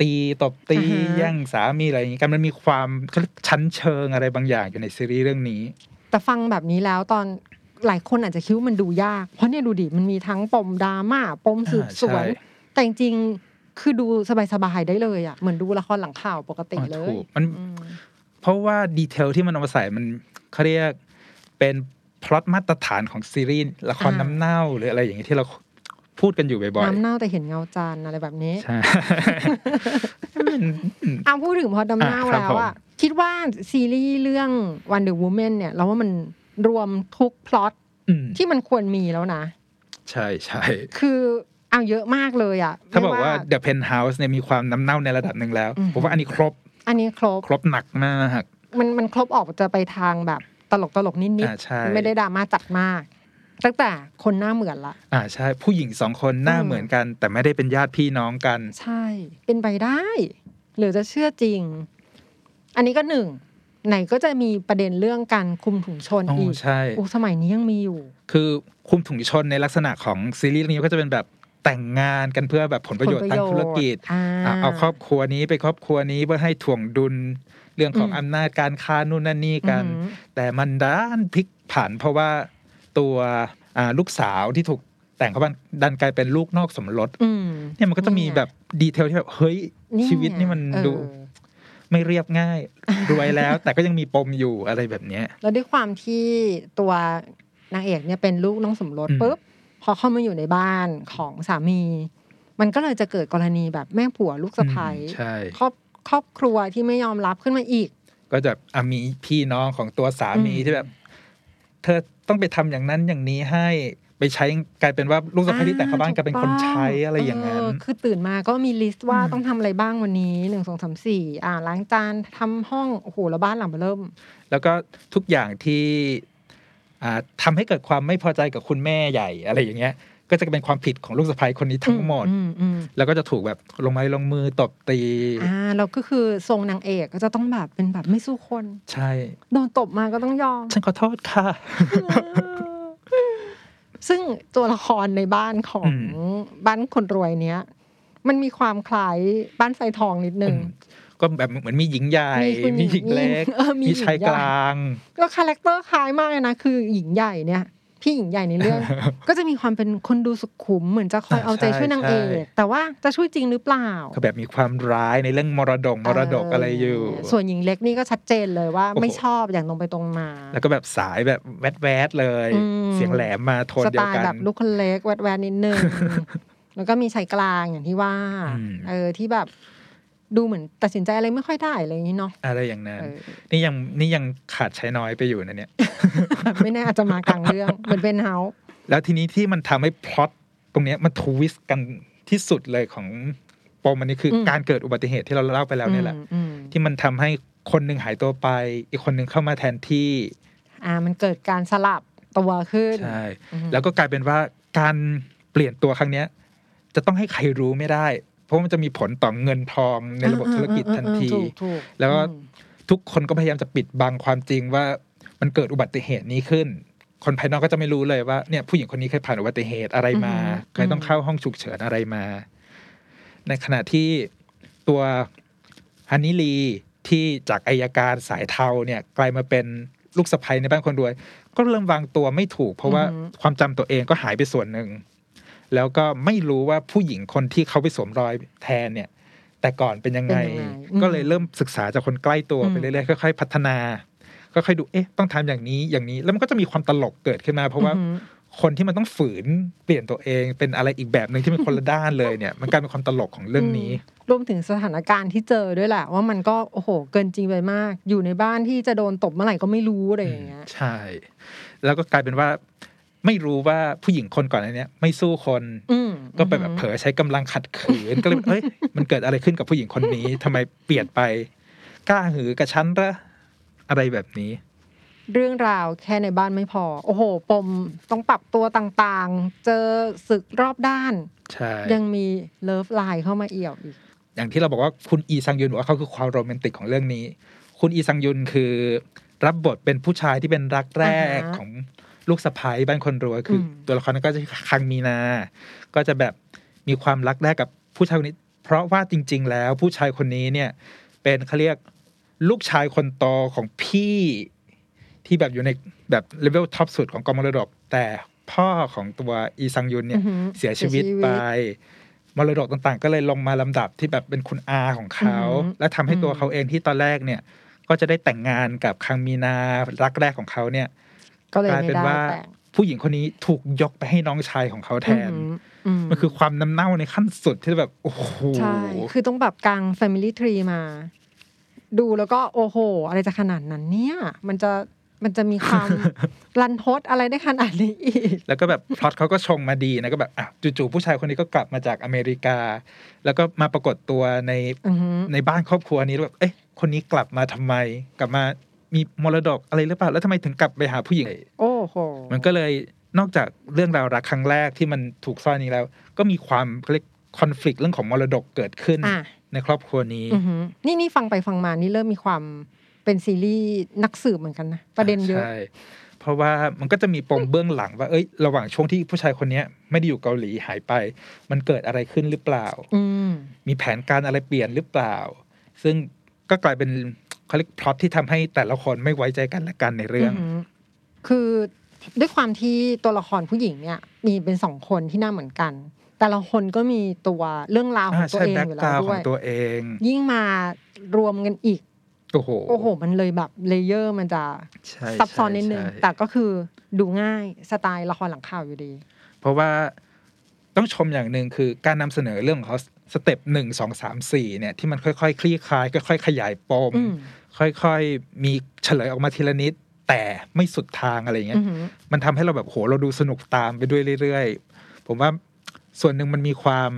Speaker 2: ตีตบตี
Speaker 3: อ่าฮะ
Speaker 2: แย่งสามีอะไรอย่างงี้กันมันมีความเขาเรียกชั้นเชิงอะไรบางอย่างอยู่ในซีรีส์เรื่องนี้
Speaker 3: แต่ฟังแบบนี้แล้วตอนหลายคนอาจจะคิดว่ามันดูยาก เพราะเนี่ยดูดิมันมีทั้งปมดราม่าปมสืบสว
Speaker 2: อ่า
Speaker 3: น
Speaker 2: ใช่
Speaker 3: แต่จริงๆคือดูสบายๆได้เลยอ่ะเหมือนดูละครหลังข่าวปกติเล
Speaker 2: อ๋อย ถูกมัน
Speaker 3: อืม
Speaker 2: เพราะว่าดีเทลที่มันเอามาใส่มันเขาเรียกเป็นพล็อตมาตรฐานของซีรีส์ละครน้ำเน่าหรืออะไรอย่างงี้ที่เราพูดกันอยู่บ่อย
Speaker 3: น้ำเน่าแต่เห็นเงาจานอะไรแบบนี้
Speaker 2: ๆใช่
Speaker 3: อ้าพูดถึงพอดำเน่า
Speaker 2: อ่ะครับ
Speaker 3: แล้วอ่ะคิดว่าซีรีส์เรื่อง Wonder Woman เนี่ยเราว่ามันรวมทุกพล็อต
Speaker 2: อืม
Speaker 3: ที่มันควรมีแล้วนะ
Speaker 2: ใช่ใช่
Speaker 3: คือเอาเยอะมากเลยอ่ะ
Speaker 2: ถ้าบอก
Speaker 3: ไม่
Speaker 2: ว่า The Penthouse เนี่ยมีความน้ำเน่าในระดับหนึ่งแล้ว
Speaker 3: อืม
Speaker 2: ผมว่าอันนี้ครบ
Speaker 3: อันนี้ครบ
Speaker 2: ครบหนักมาก
Speaker 3: มันมันครบออกจะไปทางแบบตลกตลกๆนิดนิด
Speaker 2: อ่าใช่
Speaker 3: ๆไม่ได้ดราม่าจัดมาก ตั้งแต่คนหน้าเหมือนละ
Speaker 2: อ่าใช่ ผู้หญิงสองคนหน้า
Speaker 3: อืม
Speaker 2: เหมือนกัน แต่ไม่ได้เป็นญาติพี่น้องกัน
Speaker 3: ใช่ เป็นไปได้ หรือจะเชื่อจริง อันนี้ก็หนึ่ง ไหนก็จะมีประเด็นเรื่องการคุมถุงชน
Speaker 2: อ๋
Speaker 3: อี
Speaker 2: อก ใช่
Speaker 3: โอ้สมัยนี้ยังมีอยู่
Speaker 2: คือคุมถุงชนในลักษณะของซีรีส์เรื่องนี้ก็จะเป็นแบบแต่งงานกันเพื่อแบบผลประโยชน์ทางธุรกิจ
Speaker 3: อ่า
Speaker 2: อ่ะเอาครอบครัวนี้ไปครอบครัวนี้เพื่อให้ถ่วงดุลเรื่องของอำนาจการค้านู่นนั่นนี่กัน
Speaker 3: อืม
Speaker 2: แต่มันด้านพลิกผันเพราะว่าตัวอ่าลูกสาวที่ถูกแต่งเข้าบ้านดันกลายเป็นลูกนอกสมรส
Speaker 3: อืม
Speaker 2: เนี่ยมันก็จะมี
Speaker 3: เนี่ย
Speaker 2: แบบดีเทลที่แบบเฮ้ย
Speaker 3: ไง
Speaker 2: ชีวิตนี่มัน
Speaker 3: เออ
Speaker 2: ดูไม่เรียบง่าย รวยแล้ว แต่ก็ยังมีปมอยู่อะไรแบบเนี้ย
Speaker 3: แล้วด้วยความที่ตัวนางเอกเนี่ยเป็นลูกน้องสมรส
Speaker 2: อืม
Speaker 3: ปุ๊บพอเข้ามาอยู่ในบ้านของสามี มันก็เลยจะเกิดกรณีแบบแม่ผัวลูกสะใภ้
Speaker 2: อืมใช่
Speaker 3: ครอบครอบครัวที่ไม่ยอมรับขึ้นมาอีก
Speaker 2: ก็จะอ่ะมีพี่น้องของตัวสามี
Speaker 3: อืม
Speaker 2: ที่แบบ เธอต้องไปทำอย่างนั้นอย่างนี้ให้ไปใช้กลายเป็นว่าลูกสะใภ้ที่แต่งเข้าบ้านกลายเป็นคนใช้อะไรอย่างนั้น
Speaker 3: เคือตื่นมาก็มีลิสต์ว่า
Speaker 2: อืม
Speaker 3: ต้องทำอะไรบ้างวันนี้หนึ่งสองสามสี่อ่าล้างจานทำห้องโอ้โหแล้วบ้านหลังเบอร์เริ่ม
Speaker 2: แล้วก็ทุกอย่างที่อ่าทำาให้เกิดความไม่พอใจกับคุณแม่ใหญ่อะไรอย่างเงี้ย ก็จะเป็นความผิดของลูกสะใภ้คนนี้ทั้งหมด
Speaker 3: อือืม
Speaker 2: แล้วก็จะถูกแบบลงไม้ลงมือตบตี
Speaker 3: อืมอ่าเราก็คือทรงนางเอกก็จะต้องแบบเป็นแบบไม่สู้คน
Speaker 2: ใช่
Speaker 3: โดนตบมาก็ต้องยอ ม
Speaker 2: ฉันขอโทษค่ะ
Speaker 3: ซึ่งตัวละครในบ้านของ
Speaker 2: อื
Speaker 3: บ้านคนรวยเนี้ยมันมีความคล้ายบ้านไฟทองนิดนึง
Speaker 2: ก็แบบเหมือนมีหญิงใหญ่
Speaker 3: มีคุณ
Speaker 2: มีหญิงเล็ก
Speaker 3: มีเออมี
Speaker 2: มีชาย
Speaker 3: หญิงใหญ่
Speaker 2: กลาง
Speaker 3: ก็คาแรคเตอร์คล้ายมากเลยนะ คือหญิงใหญ่เนี่ย พี่หญิงใหญ่ในเรื่อง ก็จะมีความเป็นคนดูสุขุมเหมือนจะคอย
Speaker 2: อ่า
Speaker 3: เอาใจช่วยนางเอก
Speaker 2: ใช่ใช่
Speaker 3: แต่ว่าจะช่วยจริงหรือเปล่า
Speaker 2: ก็แบบมีความร้ายในเรื่องมรดกมรดกอะไรอยู่
Speaker 3: ส่วนหญิงเล็กนี่ก็ชัดเจนเลยว่า
Speaker 2: โอ้โห
Speaker 3: ไม่ชอบอย่างตรงไปตรงมา
Speaker 2: แล้วก็แบบสายแบบแวดแวดๆเลย
Speaker 3: อืม
Speaker 2: เสียงแหลมมาโทน
Speaker 3: ส
Speaker 2: เดี
Speaker 3: ไต
Speaker 2: ยว
Speaker 3: ล์
Speaker 2: กัน
Speaker 3: แบบลูกคนเล็กแวดๆนิดนึงแล้วก็มีชายกลางอย่างที่ว่า
Speaker 2: อืม
Speaker 3: เออที่แบบดูเหมือนตัดสินใจอะไรไม่ค่อยได้อะไรอย่างนี้เนาะ
Speaker 2: อะไรอย่างนั้น
Speaker 3: เออ
Speaker 2: นี่ยังนี่ยังขาดชายน้อยไปอยู่นะเนี่ย
Speaker 3: ไม่แน่อาจจะมากลางเรื่อง เหมือนเป็นเฮาส์
Speaker 2: แล้วทีนี้ที่มันทำให้พล็อตตรงเนี้ยมันทวิสต์กันที่สุดเลยของปมอันนี้คืออ
Speaker 3: ม
Speaker 2: การเกิดอุบัติเหตุที่เราเล่าไปแล้วเนี่ยแหละ
Speaker 3: อืมอืม
Speaker 2: ที่มันทำให้คนหนึ่งหายตัวไป อีกคนหนึ่งเข้ามาแทนที่
Speaker 3: อ่ามันเกิดการสลับตัวขึ้น
Speaker 2: ใช่
Speaker 3: อือฮึ
Speaker 2: แล้วก็กลายเป็นว่าการเปลี่ยนตัวครั้งเนี้ย จะต้องให้ใครรู้ไม่ได้ เพราะมันจะมีผลต่อเงินทองในระบบธุรกิจทันที
Speaker 3: ถูกถูก
Speaker 2: แล้วก็
Speaker 3: อืม
Speaker 2: ทุกคนก็พยายามจะปิดบังความจริงว่ามันเกิดอุบัติเหตุนี้ขึ้น คนภายนอกก็จะไม่รู้เลยว่าเนี่ยผู้หญิงคนนี้เคยผ่านอุบัติเหตุอะไรมา
Speaker 3: อือฮึ
Speaker 2: เคยต้องเข้าห้องฉุกเฉินอะไรมา ในขณะที่ตัวฮันนี่ลีที่จากอายการสายเทาเนี่ยกลายมาเป็นลูกสะใภ้ในบ้านคนรวย ก็เริ่มวางตัวไม่ถูก เพราะว่า
Speaker 3: อือฮึ
Speaker 2: ความจำตัวเองก็หายไปส่วนหนึ่ง แล้วก็ไม่รู้ว่าผู้หญิงคนที่เขาไปสวมรอยแทนเนี่ย แต่ก่อนเป็นยังไง
Speaker 3: เป็นยังไงอืม
Speaker 2: ก็เลยเริ่มศึกษาจากคนใกล้ตัวไป
Speaker 3: อืม
Speaker 2: เรื่อยๆค่อยๆพัฒนาก็ค่อยๆดูเอ๊ะต้องทำอย่างนี้อย่างนี้ แล้วมันก็จะมีความตลกเกิดขึ้นมา เพราะว่า
Speaker 3: อือหือ
Speaker 2: คนที่มันต้องฝืนเปลี่ยนตัวเอง เป็นอะไรอีกแบบหนึ่งที่เป็นคนละด้านเลย เนี่ย มันกลายเป็นความตลกของเรื่องนี้
Speaker 3: รวมถึงสถานการณ์ที่เจอด้วยแหละ ว่ามันก็โอ้โหเกินจริงไปมาก อยู่ในบ้านที่จะโดนตบเมื่อไหร่ก็ไม่รู้อะไรอย่างเงี้ย
Speaker 2: ใช่ แล้วก็กลายเป็นว่า ไม่รู้ว่าผู้หญิงคนก่อนอันเนี้ยไม่สู้คน
Speaker 3: อืม
Speaker 2: ก็ไปแบบเผลอใช้กำลังขัดขืน ก็เลยแบบเอ้ยมันเกิดอะไรขึ้นกับผู้หญิงคน นี้ทำไมเปลี่ยนไป กล้าหือกับฉันเหรออะไรแบบนี้
Speaker 3: เรื่องราวแค่ในบ้านไม่พอ โอ้โห ปมต้องปรับตัวต่างๆ เจอศึกรอบด้าน
Speaker 2: ใช่
Speaker 3: ยังมีเลิฟไลน์เข้ามาเอี่ยวอีก
Speaker 2: อย่างที่เราบอกว่าคุณอีซังยุนบอกว่าเขาคือความโรแมนติกของเรื่องนี้ คุณอีซังยุนคือรับบทเป็นผู้ชายที่เป็นรักแรก
Speaker 3: อ่าฮะ
Speaker 2: ของลูกสะพ้ายบ้านคนรวยคืออ
Speaker 3: ม
Speaker 2: ตัวละครนั้นก็จะคังมีนา ก็จะแบบมีความรักแรกกับผู้ชายคนนี้ เพราะว่าจริง ๆ แล้วผู้ชายคนนี้เนี่ย เป็นเขาเรียกลูกชายคนโตของพี่ที่แบบอยู่ในแบบเลเวลท็อปสุดของกองมรดก แต่พ่อของตัวอีซังยุนเนี่ย
Speaker 3: อือหือ
Speaker 2: เสียชีวิตไป มรดกต่างๆ ก็เลยลงมาลำดับที่แบบเป็นคุณอาของเขา
Speaker 3: อือหือ
Speaker 2: และทำให้ตัว
Speaker 3: อืม
Speaker 2: เขาเองที่ตอนแรกเนี่ย ก็จะได้แต่งงานกับคังมีนารักแรกของเขาเนี่ย
Speaker 3: ก็เลย
Speaker 2: กลาย
Speaker 3: ไม่
Speaker 2: เป็น
Speaker 3: ได้
Speaker 2: ว่า
Speaker 3: แต่ง
Speaker 2: ผู้หญิงคนนี้ถูกยกไปให้น้องชายของเขาแทน
Speaker 3: อือหืออื
Speaker 2: มันคือความน้ำเน่าในขั้นสุดที่แบบ โอ้โห
Speaker 3: ใช่ คือต้องแบบกลาง Family Tree มา ดูแล้วก็โอ้โห อะไรจะขนาดนั้นเนี่ย มันจะมันจะมีความ รันทดอะไรได้ขนาดนี้อีก
Speaker 2: แล้วก็แบบพล็อตเขาก็ชงมาดีนะก็แบบอ่ะจู่ๆผู้ชายคนนี้ก็กลับมาจากอเมริกา แล้วก็มาปรากฏตัวใน
Speaker 3: อือหือ
Speaker 2: ในบ้านครอบครัวนี้แล้วแบบเอ๊ะคนนี้กลับมาทำไม กลับมามีมรดกอะไรหรือเปล่าแล้วทำไมถึงกลับไปหาผู้หญิง
Speaker 3: โอ้โห
Speaker 2: มันก็เลยนอกจากเรื่องราวรักครั้งแรกที่มันถูกซ่อนนี้แล้ว ก็มีความเขาเรียกคอน FLICT เรื่องของมรดกเกิดขึ้น
Speaker 3: อ่ะ
Speaker 2: ในครอบครัวนี้
Speaker 3: อือหือนี่นี่ฟังไปฟังมานี่เริ่มมีความเป็นซีรีส์นักสืบเหมือนกันนะ ประเด็นเยอะ
Speaker 2: ใช่ เพราะว่ามันก็จะมีปมเบื้องหลังว่า เอ้ย ระหว่างช่วงที่ผู้ชายคนเนี้ยไม่ได้อยู่เกาหลีหายไป มันเกิดอะไรขึ้นหรือเปล่า
Speaker 3: อืม
Speaker 2: มีแผนการอะไรเปลี่ยนหรือเปล่า ซึ่งก็กลายเป็นเขาเรียกพล็อตที่ทำให้แต่ละคนไม่ไว้ใจกันและกันในเรื่อง
Speaker 3: อือหือคือด้วยความที่ตัวละครผู้หญิงเนี่ย มีเป็นสองคนที่หน้าเหมือนกัน แต่ละคนก็มีตัวเรื่องราวขอ
Speaker 2: อ่าง
Speaker 3: ตัว
Speaker 2: ใช่
Speaker 3: เอง
Speaker 2: แบ็ก
Speaker 3: อ
Speaker 2: ก
Speaker 3: ยู่แล้
Speaker 2: ราว วขอ
Speaker 3: ด้ว
Speaker 2: ง
Speaker 3: ย
Speaker 2: ตัวเอง
Speaker 3: ยิ่งมารวมกันอีก
Speaker 2: โอ้โห
Speaker 3: โอ้โห มันเลยแบบเลเยอร์มันจะ
Speaker 2: ใช่
Speaker 3: ซับซ้อนนิดนึง
Speaker 2: ใช่
Speaker 3: แต่ก็คือดูง่ายสไตล์ละครหลังข่าวอยู่ดี
Speaker 2: เพราะว่าต้องชมอย่างหนึ่งคือการนำเสนอเรื่องของเขาสเต็ปหนึ่งสองสามสี่เนี่ยที่มันค่อยๆ คลี่คลายค่อยๆ ขยายปม
Speaker 3: อืม
Speaker 2: ค่อยๆ มีเฉลยออกมาทีละนิด แต่ไม่สุดทางอะไรอย่างเงี้
Speaker 3: อื
Speaker 2: ย
Speaker 3: อหือ
Speaker 2: มันทำให้เราแบบโหเราดูสนุกตามไปด้วยเรื่อยๆ ผมว่าส่วนหนึ่งมันมีความ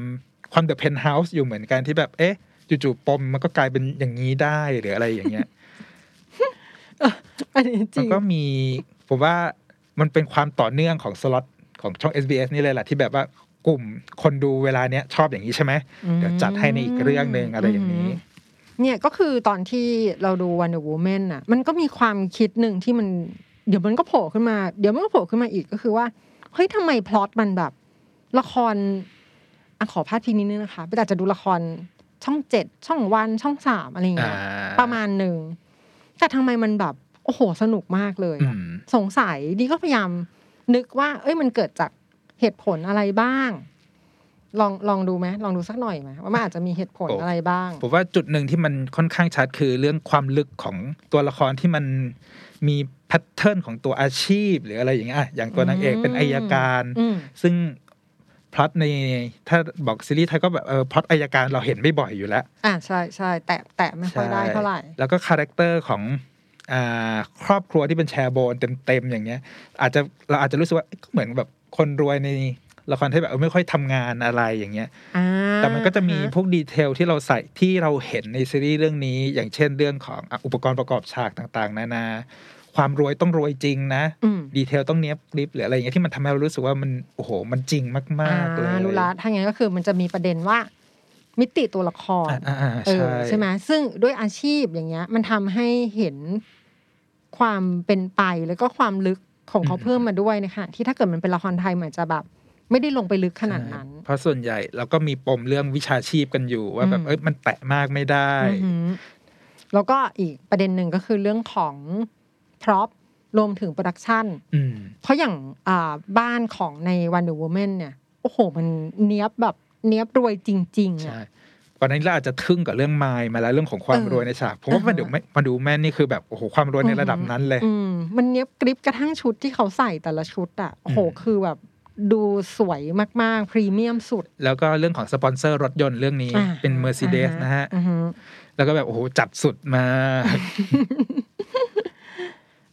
Speaker 2: ความเดอะเพนท์เฮาส์อยู่เหมือนกันที่แบบเอ๊ะจู่ๆปมมันก็กลายเป็นอย่างนี้ได้หรืออะไรอย่างเงี้ย
Speaker 3: อันนี้จ
Speaker 2: มั
Speaker 3: ริ
Speaker 2: น
Speaker 3: ง
Speaker 2: ก็มีผมว่ามันเป็นความต่อเนื่องของสล็อตของช่อง SBS นี่เลยแหละที่แบบว่ากลุ่มคนดูเวลาเนี้ยชอบอย่างนี้ใช่ไหมเดี๋ยวจัดให้ในอีกเรื่องหนึ่งอะไรอย่างนี้
Speaker 3: เนี่ยก็คือตอนที่เราดู Wonder Woman น่ะมันก็มีความคิดหนึ่งที่มัน เดี๋ยวมันก็โผล่ขึ้นมา เดี๋ยวมันก็โผล่ขึ้นมาอีกก็คือว่า เฮ้ยทำไมพล็อตมันแบบ ละครอะขอพาดพิงนิดนึงนะคะแต่อาจจะดูละครช่องเจ็ดช่องวันช่องสามอะไรอย่าง
Speaker 2: อ่า
Speaker 3: เงี้ยประมาณหนึ่ง แต่ทำไมมันแบบ โอ้โห สนุกมากเลย
Speaker 2: อื
Speaker 3: อะ
Speaker 2: ม
Speaker 3: สงสัยดีก็พยายามนึกว่า เอ้ยมันเกิดจากเหตุผลอะไรบ้าง ลองลองดูไหมลองดูสักหน่อยไหมว่ามันอาจจะมีเหตุผลอะไรบ้าง
Speaker 2: ผมว่าจุดหนึ่งที่มันค่อนข้างชัดคือเรื่องความลึกของตัวละครที่มันมีแพทเทิร์นของตัวอาชีพ หรืออะไรอย่างเงี้ยอ่ะอย่างตัวนางเอกเป็นอายการ
Speaker 3: อืม
Speaker 2: ซึ่งพล็อตในถ้าบอกซีรีส์ไทยก็แบบเออพล็อตอายการเราเห็นไม่บ่อยอยู่แล้ว
Speaker 3: อ่าใช่ใช่แตะแตะไม่ค่อยได้เท่าไหร่
Speaker 2: ใช่แล้วก็คาแรคเตอร์ของอ่าครอบครัวที่เป็นแชร์โบนเต็มๆอย่างเงี้ย อาจจะเราอาจจะรู้สึกว่าเอ๊ะก็เหมือนแบบคนรวยในละครที่แบบเออไม่ค่อยทำงานอะไรอย่างเงี้ย
Speaker 3: อ่า
Speaker 2: แต่มันก็จะมี
Speaker 3: ฮ
Speaker 2: พวกดีเทลที่เราใส่ที่เราเห็นในซีรีส์เรื่องนี้ อย่างเช่นเรื่องของอ่ะอุปกรณ์ประกอบฉากต่างๆ นานา ความรวยต้องรวยจริงนะ
Speaker 3: อืม
Speaker 2: ดีเทลต้องเนี้ยบกริบหรืออะไรอย่างเงี้ยที่มันทำให้เรารู้สึกว่ามันโอ้โหมันจริงมากๆเลย
Speaker 3: อ่ารู้ละถ้างั้นก็คือมันจะมีประเด็นว่า มิติตัวละคร
Speaker 2: อ่าอ่า
Speaker 3: เอ
Speaker 2: ใช่
Speaker 3: อใช่ไหมซึ่งด้วยอาชีพอย่างเงี้ย มันทำให้เห็นความเป็นไปแล้วก็ความลึกของเขาเพิ่มมาด้วยนะคะที่ถ้าเกิดมันเป็นละครไทยมันอาจจะแบบ ไม่ได้ลงไปลึกขนาดนั้น
Speaker 2: เพราะส่วนใหญ่เราก็มีปมเรื่องวิชาชีพกันอยู่ ว่าแบบ
Speaker 3: อืม
Speaker 2: เอ้ยมันแตะมากไม่ได้
Speaker 3: อือหือแล้วก็อีกประเด็นหนึ่งก็คือเรื่องของพร็อพรวมถึงโปรดักชัน
Speaker 2: อืม
Speaker 3: เพราะอย่างอ่าบ้านของใน Wonder Woman เนี่ย โอ้โห มันเนี้ยบแบบเนี้ยบรวยจริง ๆอ่ะ
Speaker 2: ใช่ก่อนหน้านี้เราอาจจะทึ่งกับเรื่องไมล์มาแล้วเรื่องของความ
Speaker 3: เออ
Speaker 2: รวยในฉากผมว่า
Speaker 3: อ่าฮะ
Speaker 2: มาดูแม่มาดูแม่นี่คือแบบโอ้โหความรวยในระดับนั้นเลย
Speaker 3: อืมมันเนี้ยบกริบกระทั่งชุดที่เขาใส่แต่ละชุดอ่ะ โอ้โห
Speaker 2: อืม
Speaker 3: คือแบบดูสวยมากๆ พรีเมียมสุด
Speaker 2: แล้วก็เรื่องของสปอนเซอร์รถยนต์เรื่องนี้
Speaker 3: อ่า
Speaker 2: เป็น Mercedes
Speaker 3: อ่าฮะ
Speaker 2: นะฮะ
Speaker 3: อือฮึ
Speaker 2: แล้วก็แบบโอ้โหจัดสุดมาก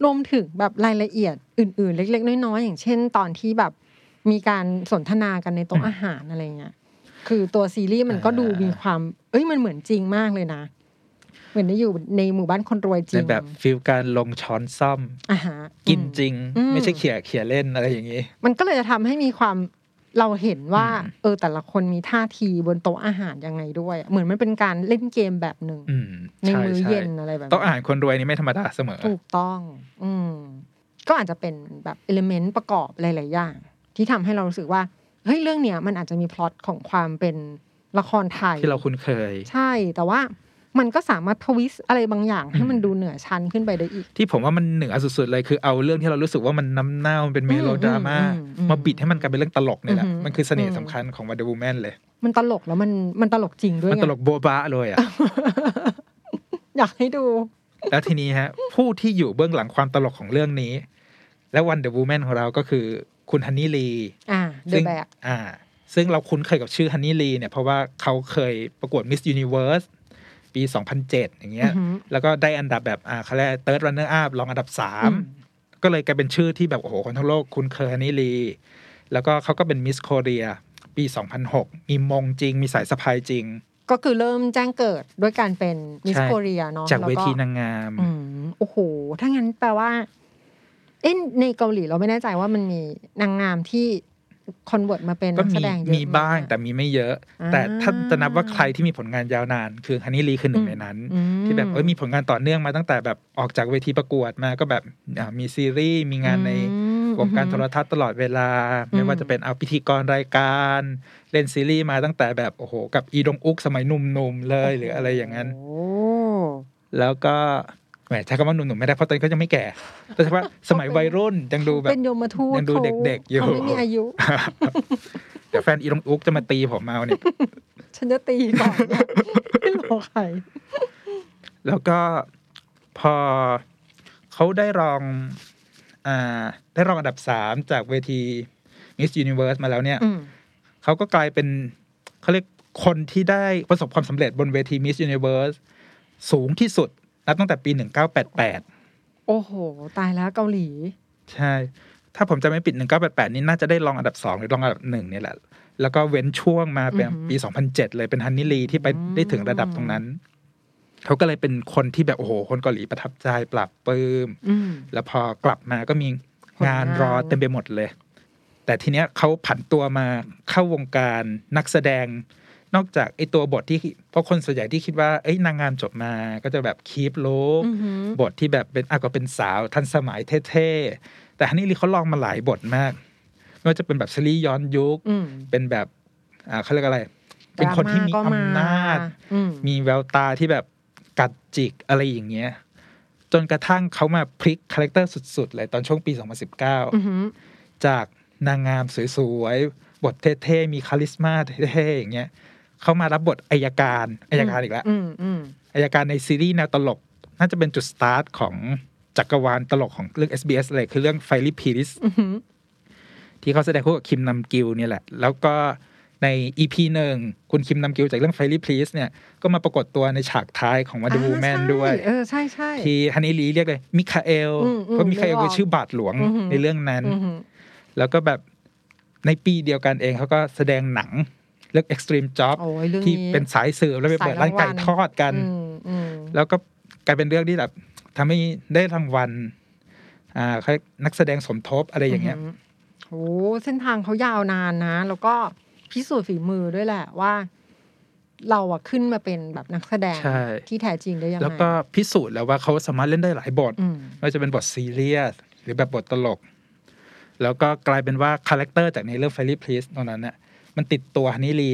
Speaker 3: รวมถึงแบบรายละเอียดอื่น ๆ เล็ก ๆ น้อยๆอย่างเช่น ตอนที่แบบมีการสนทนากันในโต๊ะอาหารอะไรเงี้ยคือตัวซีรีส์มันก็ดูมีความ เอ้ยมันเหมือนจริงมากเลยนะ เหมือนได้อยู่ในหมู่บ้านคนรวยจ
Speaker 2: ใน
Speaker 3: ริง
Speaker 2: แบบฟิลการลงช้อนซ่อม
Speaker 3: อ่าฮะ
Speaker 2: กินจริง
Speaker 3: อืม
Speaker 2: ไม่ใช่เขี่ยเขี่ยเล่นอะไรอย่างนี้
Speaker 3: มันก็เลยจะทำให้มีความเราเห็นว่า
Speaker 2: อืม
Speaker 3: เออแต่ละคนมีท่าทีบนโต๊ะอาหารยังไงด้วย เหมือนมันเป็นการเล่นเกมแบบหนึ่ง
Speaker 2: อืม
Speaker 3: ใน
Speaker 2: ใช่
Speaker 3: มื้อ
Speaker 2: ใช่
Speaker 3: เย็นอะไรแบบ
Speaker 2: ต้องอ่านคนรวยนี่ไม่ธรรมดาเสมอ
Speaker 3: ถูกต้อง อืมก็อาจจะเป็นแบบเอลเมนต์ประกอบหลาย ๆ อย่าง ที่ทำให้เรารู้สึกว่าเฮ้ยเรื่องเนี้ยมันอาจจะมีพล็อตของความเป็นละครไทย
Speaker 2: ที่เราคุ้นเคย
Speaker 3: ใช่ แต่ว่ามันก็สามารถทวิสต์อะไรบางอย่าง ให้มัน
Speaker 2: อืม
Speaker 3: ดูเหนือชั้นขึ้นไปได้อีก
Speaker 2: ที่ผมว่ามันเหนือสุดๆเลยคือเอาเรื่องที่เรารู้สึกว่ามันน้ำเน่ามันเป็นเมโลดราม่า
Speaker 3: อืมอืมอืม
Speaker 2: มาบิดให้มันกลายเป็นเรื่องตลกเนี่ยแหละ
Speaker 3: อือหือ
Speaker 2: มันคือเสน่
Speaker 3: อื
Speaker 2: ห์
Speaker 3: ม
Speaker 2: สำคัญของ Wonder Woman เลย
Speaker 3: มันตลกแล้วมันมันตลกจริงด้วย
Speaker 2: มัน
Speaker 3: ไง
Speaker 2: ตล กโบบะเลยอ่ะ
Speaker 3: อยากให้ดู
Speaker 2: แล้วทีนี้ฮะ ผู้ที่อยู่เบื้องหลังความตลกของเรื่องนี้ และวันเดอะ o ูแมนของเราก็คือคุณฮันนี่ลี
Speaker 3: อ่าเด
Speaker 2: ซึ่
Speaker 3: อะ
Speaker 2: ง
Speaker 3: แบก
Speaker 2: อ่า ซึ่งเราคุ้นเคยกับชื่อฮันนี่ลีเนี่ย เพราะว่าเขาเคยประกวดมิสยูนิเวิร์สปี 2007 อย่างเงี้ย
Speaker 3: อือหือ
Speaker 2: แล้วก็ได้อันดับแบบอ่าเขาเรียกเติร์ดรันเนอร์อัพรองอันดับ 3 ก็เลยกลายเป็นชื่อที่แบบโอ้โหคนทั้งโลกคุ้นเคยฮันนี่ลี แล้วก็เขาก็เป็นมิสโคเรียปี 2006 มีมงจริง มีสายสะพายจริง
Speaker 3: ก็คือเริ่มแจ้งเกิดด้วยการเป็นมิส
Speaker 2: ใช่
Speaker 3: โ o เรียเนาะ
Speaker 2: จากเวที
Speaker 3: แล้ก็
Speaker 2: นางงาม
Speaker 3: อืมโอ้โห ถ้างั้นแปลว่า เอ้นในเกาหลีเราไม่แน่ใจว่ามันมีนางงามที่คอนเวิร์ตมาเป็น
Speaker 2: ก็
Speaker 3: นักแส
Speaker 2: มี
Speaker 3: ดงเยอะ
Speaker 2: มีบ้าง
Speaker 3: ไห
Speaker 2: แต่มีไม่เยอะ แต่ถ้าจะนับว่าใครที่มีผลงานยาวนาน คือฮันนี่ลีคือหนึ่งในนั้น
Speaker 3: อืม
Speaker 2: ที่แบบเอ้ยมีผลงานต่อเนื่องมาตั้งแต่แบบออกจากเวทีประกวดมาก็แบบอ่ามีซีรีส์มีงานในวงการโทรทัศน์ตลอดเวลา ไม่ว่าจะเป็นเอาพิธีกรรายการ เล่นซีรีส์มาตั้งแต่แบบโอ้โหกับอีดงอุกสมัยหนุ่มๆเลยหรืออะไรอย่างนั้น
Speaker 3: โ
Speaker 2: แล้วก็แหมใช้คำว่าหนุ่มๆไม่ได้เพราะตอนนเขายังไม่แก่แต่เฉพาะสมัยวัยรุ่นยังดูแบบ
Speaker 3: เป็นโยมทูต
Speaker 2: ยังดูเด็กๆอยู่
Speaker 3: เขาไม่มีอายุ
Speaker 2: เดี๋ยวแฟนอีดงอุกจะมาตีผมเอาเนี่ย
Speaker 3: ฉันจะตีก่อนนะไม่รอใคร
Speaker 2: แล้วก็พอเขาได้รองอ่าได้รองอันดับสามจากเวที Miss Universe มาแล้วเนี่ย
Speaker 3: อืม
Speaker 2: เขาก็กลายเป็นเขาเรียกคนที่ได้ประสบความสำเร็จบนเวที Miss Universe สูงที่สุด นับตั้งแต่ปี 1988
Speaker 3: โอ้โห ตายแล้วเกาหลี
Speaker 2: ใช่ ถ้าผมจะไม่ปิด 1988 นี่น่าจะได้รองอันดับ 2 หรือรองอันดับหนึ่งเนี่ยแหละ แล้วก็เว้นช่วงมาเป็น
Speaker 3: อือหือ
Speaker 2: ปี 2007 เลยเป็นฮันนี่ลีที่ไปได้ถึงระดับตรงนั้น เขาก็เลยเป็นคนที่แบบโอ้โห คนเกาหลีประทับใจปรับปลื้ม
Speaker 3: อืม
Speaker 2: แล้วพอกลับมาก็มี
Speaker 3: ผลงาง
Speaker 2: าน นรอเต็มไปหมดเลย แต่ทีเนี้ยเขาผันตัวมาเข้าวงการนักแสดง นอกจากไอตัวบทที่เพราะคนส่วนใหญ่ที่คิดว่าเอ้ยนางงามจบมาก็จะแบบคีปโลก
Speaker 3: อือหือ
Speaker 2: บทที่แบบเป็นอ่ะก็เป็นสาวทันสมัยเท่ๆ แต่ฮันนี่ลีเขาลองมาหลายบทมาก ไม่ว่าจะเป็นแบบซีรีส์ย้อนยุค
Speaker 3: อืม
Speaker 2: เป็นแบบอ่าเขาเรียกอะไร เป็นคนที่มี
Speaker 3: ดรา
Speaker 2: อำ
Speaker 3: ก็
Speaker 2: นาจ
Speaker 3: อืม
Speaker 2: มีแววตาที่แบบกัดจิกอะไรอย่างเงี้ย จนกระทั่งเขามาพลิกคาแรคเตอร์สุด ๆ เลยตอนช่วงปี
Speaker 3: อือหือ
Speaker 2: 2019 จากนางงามสวยๆ บทเท่ๆ มีคาลิสมาเท่ๆ อย่างเงี้ยเขามารับบทอายการอายการอีกแล้ว
Speaker 3: อืมอืม
Speaker 2: อายการในซีรีส์แนวตลก น่าจะเป็นจุดสตาร์ทของจักรวาลตลกของเรื่อง SBS เลยคือเรื่องไฟลิพีริส
Speaker 3: อือหือ
Speaker 2: ที่เขาแสดงคู่กับคิมนัมกิลเนี่ยแหละ แล้วก็ใน EP หนึ่งคุณคิมนัมกิลจากเรื่อง f ฟ i r y Please เนี่ย ก็มาปรากฏตัวในฉากท้ายของ Wonder
Speaker 3: อ่า
Speaker 2: Woman
Speaker 3: ใช่
Speaker 2: ด้วย
Speaker 3: เออ ใช่ใช่
Speaker 2: ที่ฮันนี่ลีเรียกเลย มิคาเอล
Speaker 3: อืมอื
Speaker 2: เพ
Speaker 3: ม
Speaker 2: ราะมิคาเอล
Speaker 3: นึกออก
Speaker 2: คือชื่อบาทหลวง
Speaker 3: อือหือ
Speaker 2: ในเรื่องนั้น
Speaker 3: อือหือ
Speaker 2: แล้วก็แบบในปีเดียวกันเองเขาก็แสดงหนังเรื่อง Extreme Job
Speaker 3: โอ้ยเรื่อง
Speaker 2: ที่
Speaker 3: นี้
Speaker 2: เป็นสายสืบแล้วไปเปิดร้านไก่
Speaker 3: สายรางวัล
Speaker 2: ทอดกัน
Speaker 3: อืมอืม
Speaker 2: แล้วก็กลายเป็นเรื่องที่แบบทำให้ได้รางวัลอ่าเขาเรียกนักแสดงสมทบอะไรอย่างเงี้ย
Speaker 3: หืโอ้เส้นทางเขายาวนานนะ แล้วก็พิสูจน์ฝีมือด้วยแหละว่า เราอะขึ้นมาเป็นแบบนักแสดง
Speaker 2: ใช่
Speaker 3: ที่แท้จริงได้ยังไง
Speaker 2: แล้วก็พิสูจน์แล้วว่าเขาสามารถเล่นได้หลายบท
Speaker 3: อืม
Speaker 2: ไม่ว่าจะเป็นบทซีเรียสหรือแบบบทตลก แล้วก็กลายเป็นว่าคาแรคเตอร์จากในเรื่อง f a i r y Please ตรงนั้นเนี่ยมันติดตัวฮันนี่ลี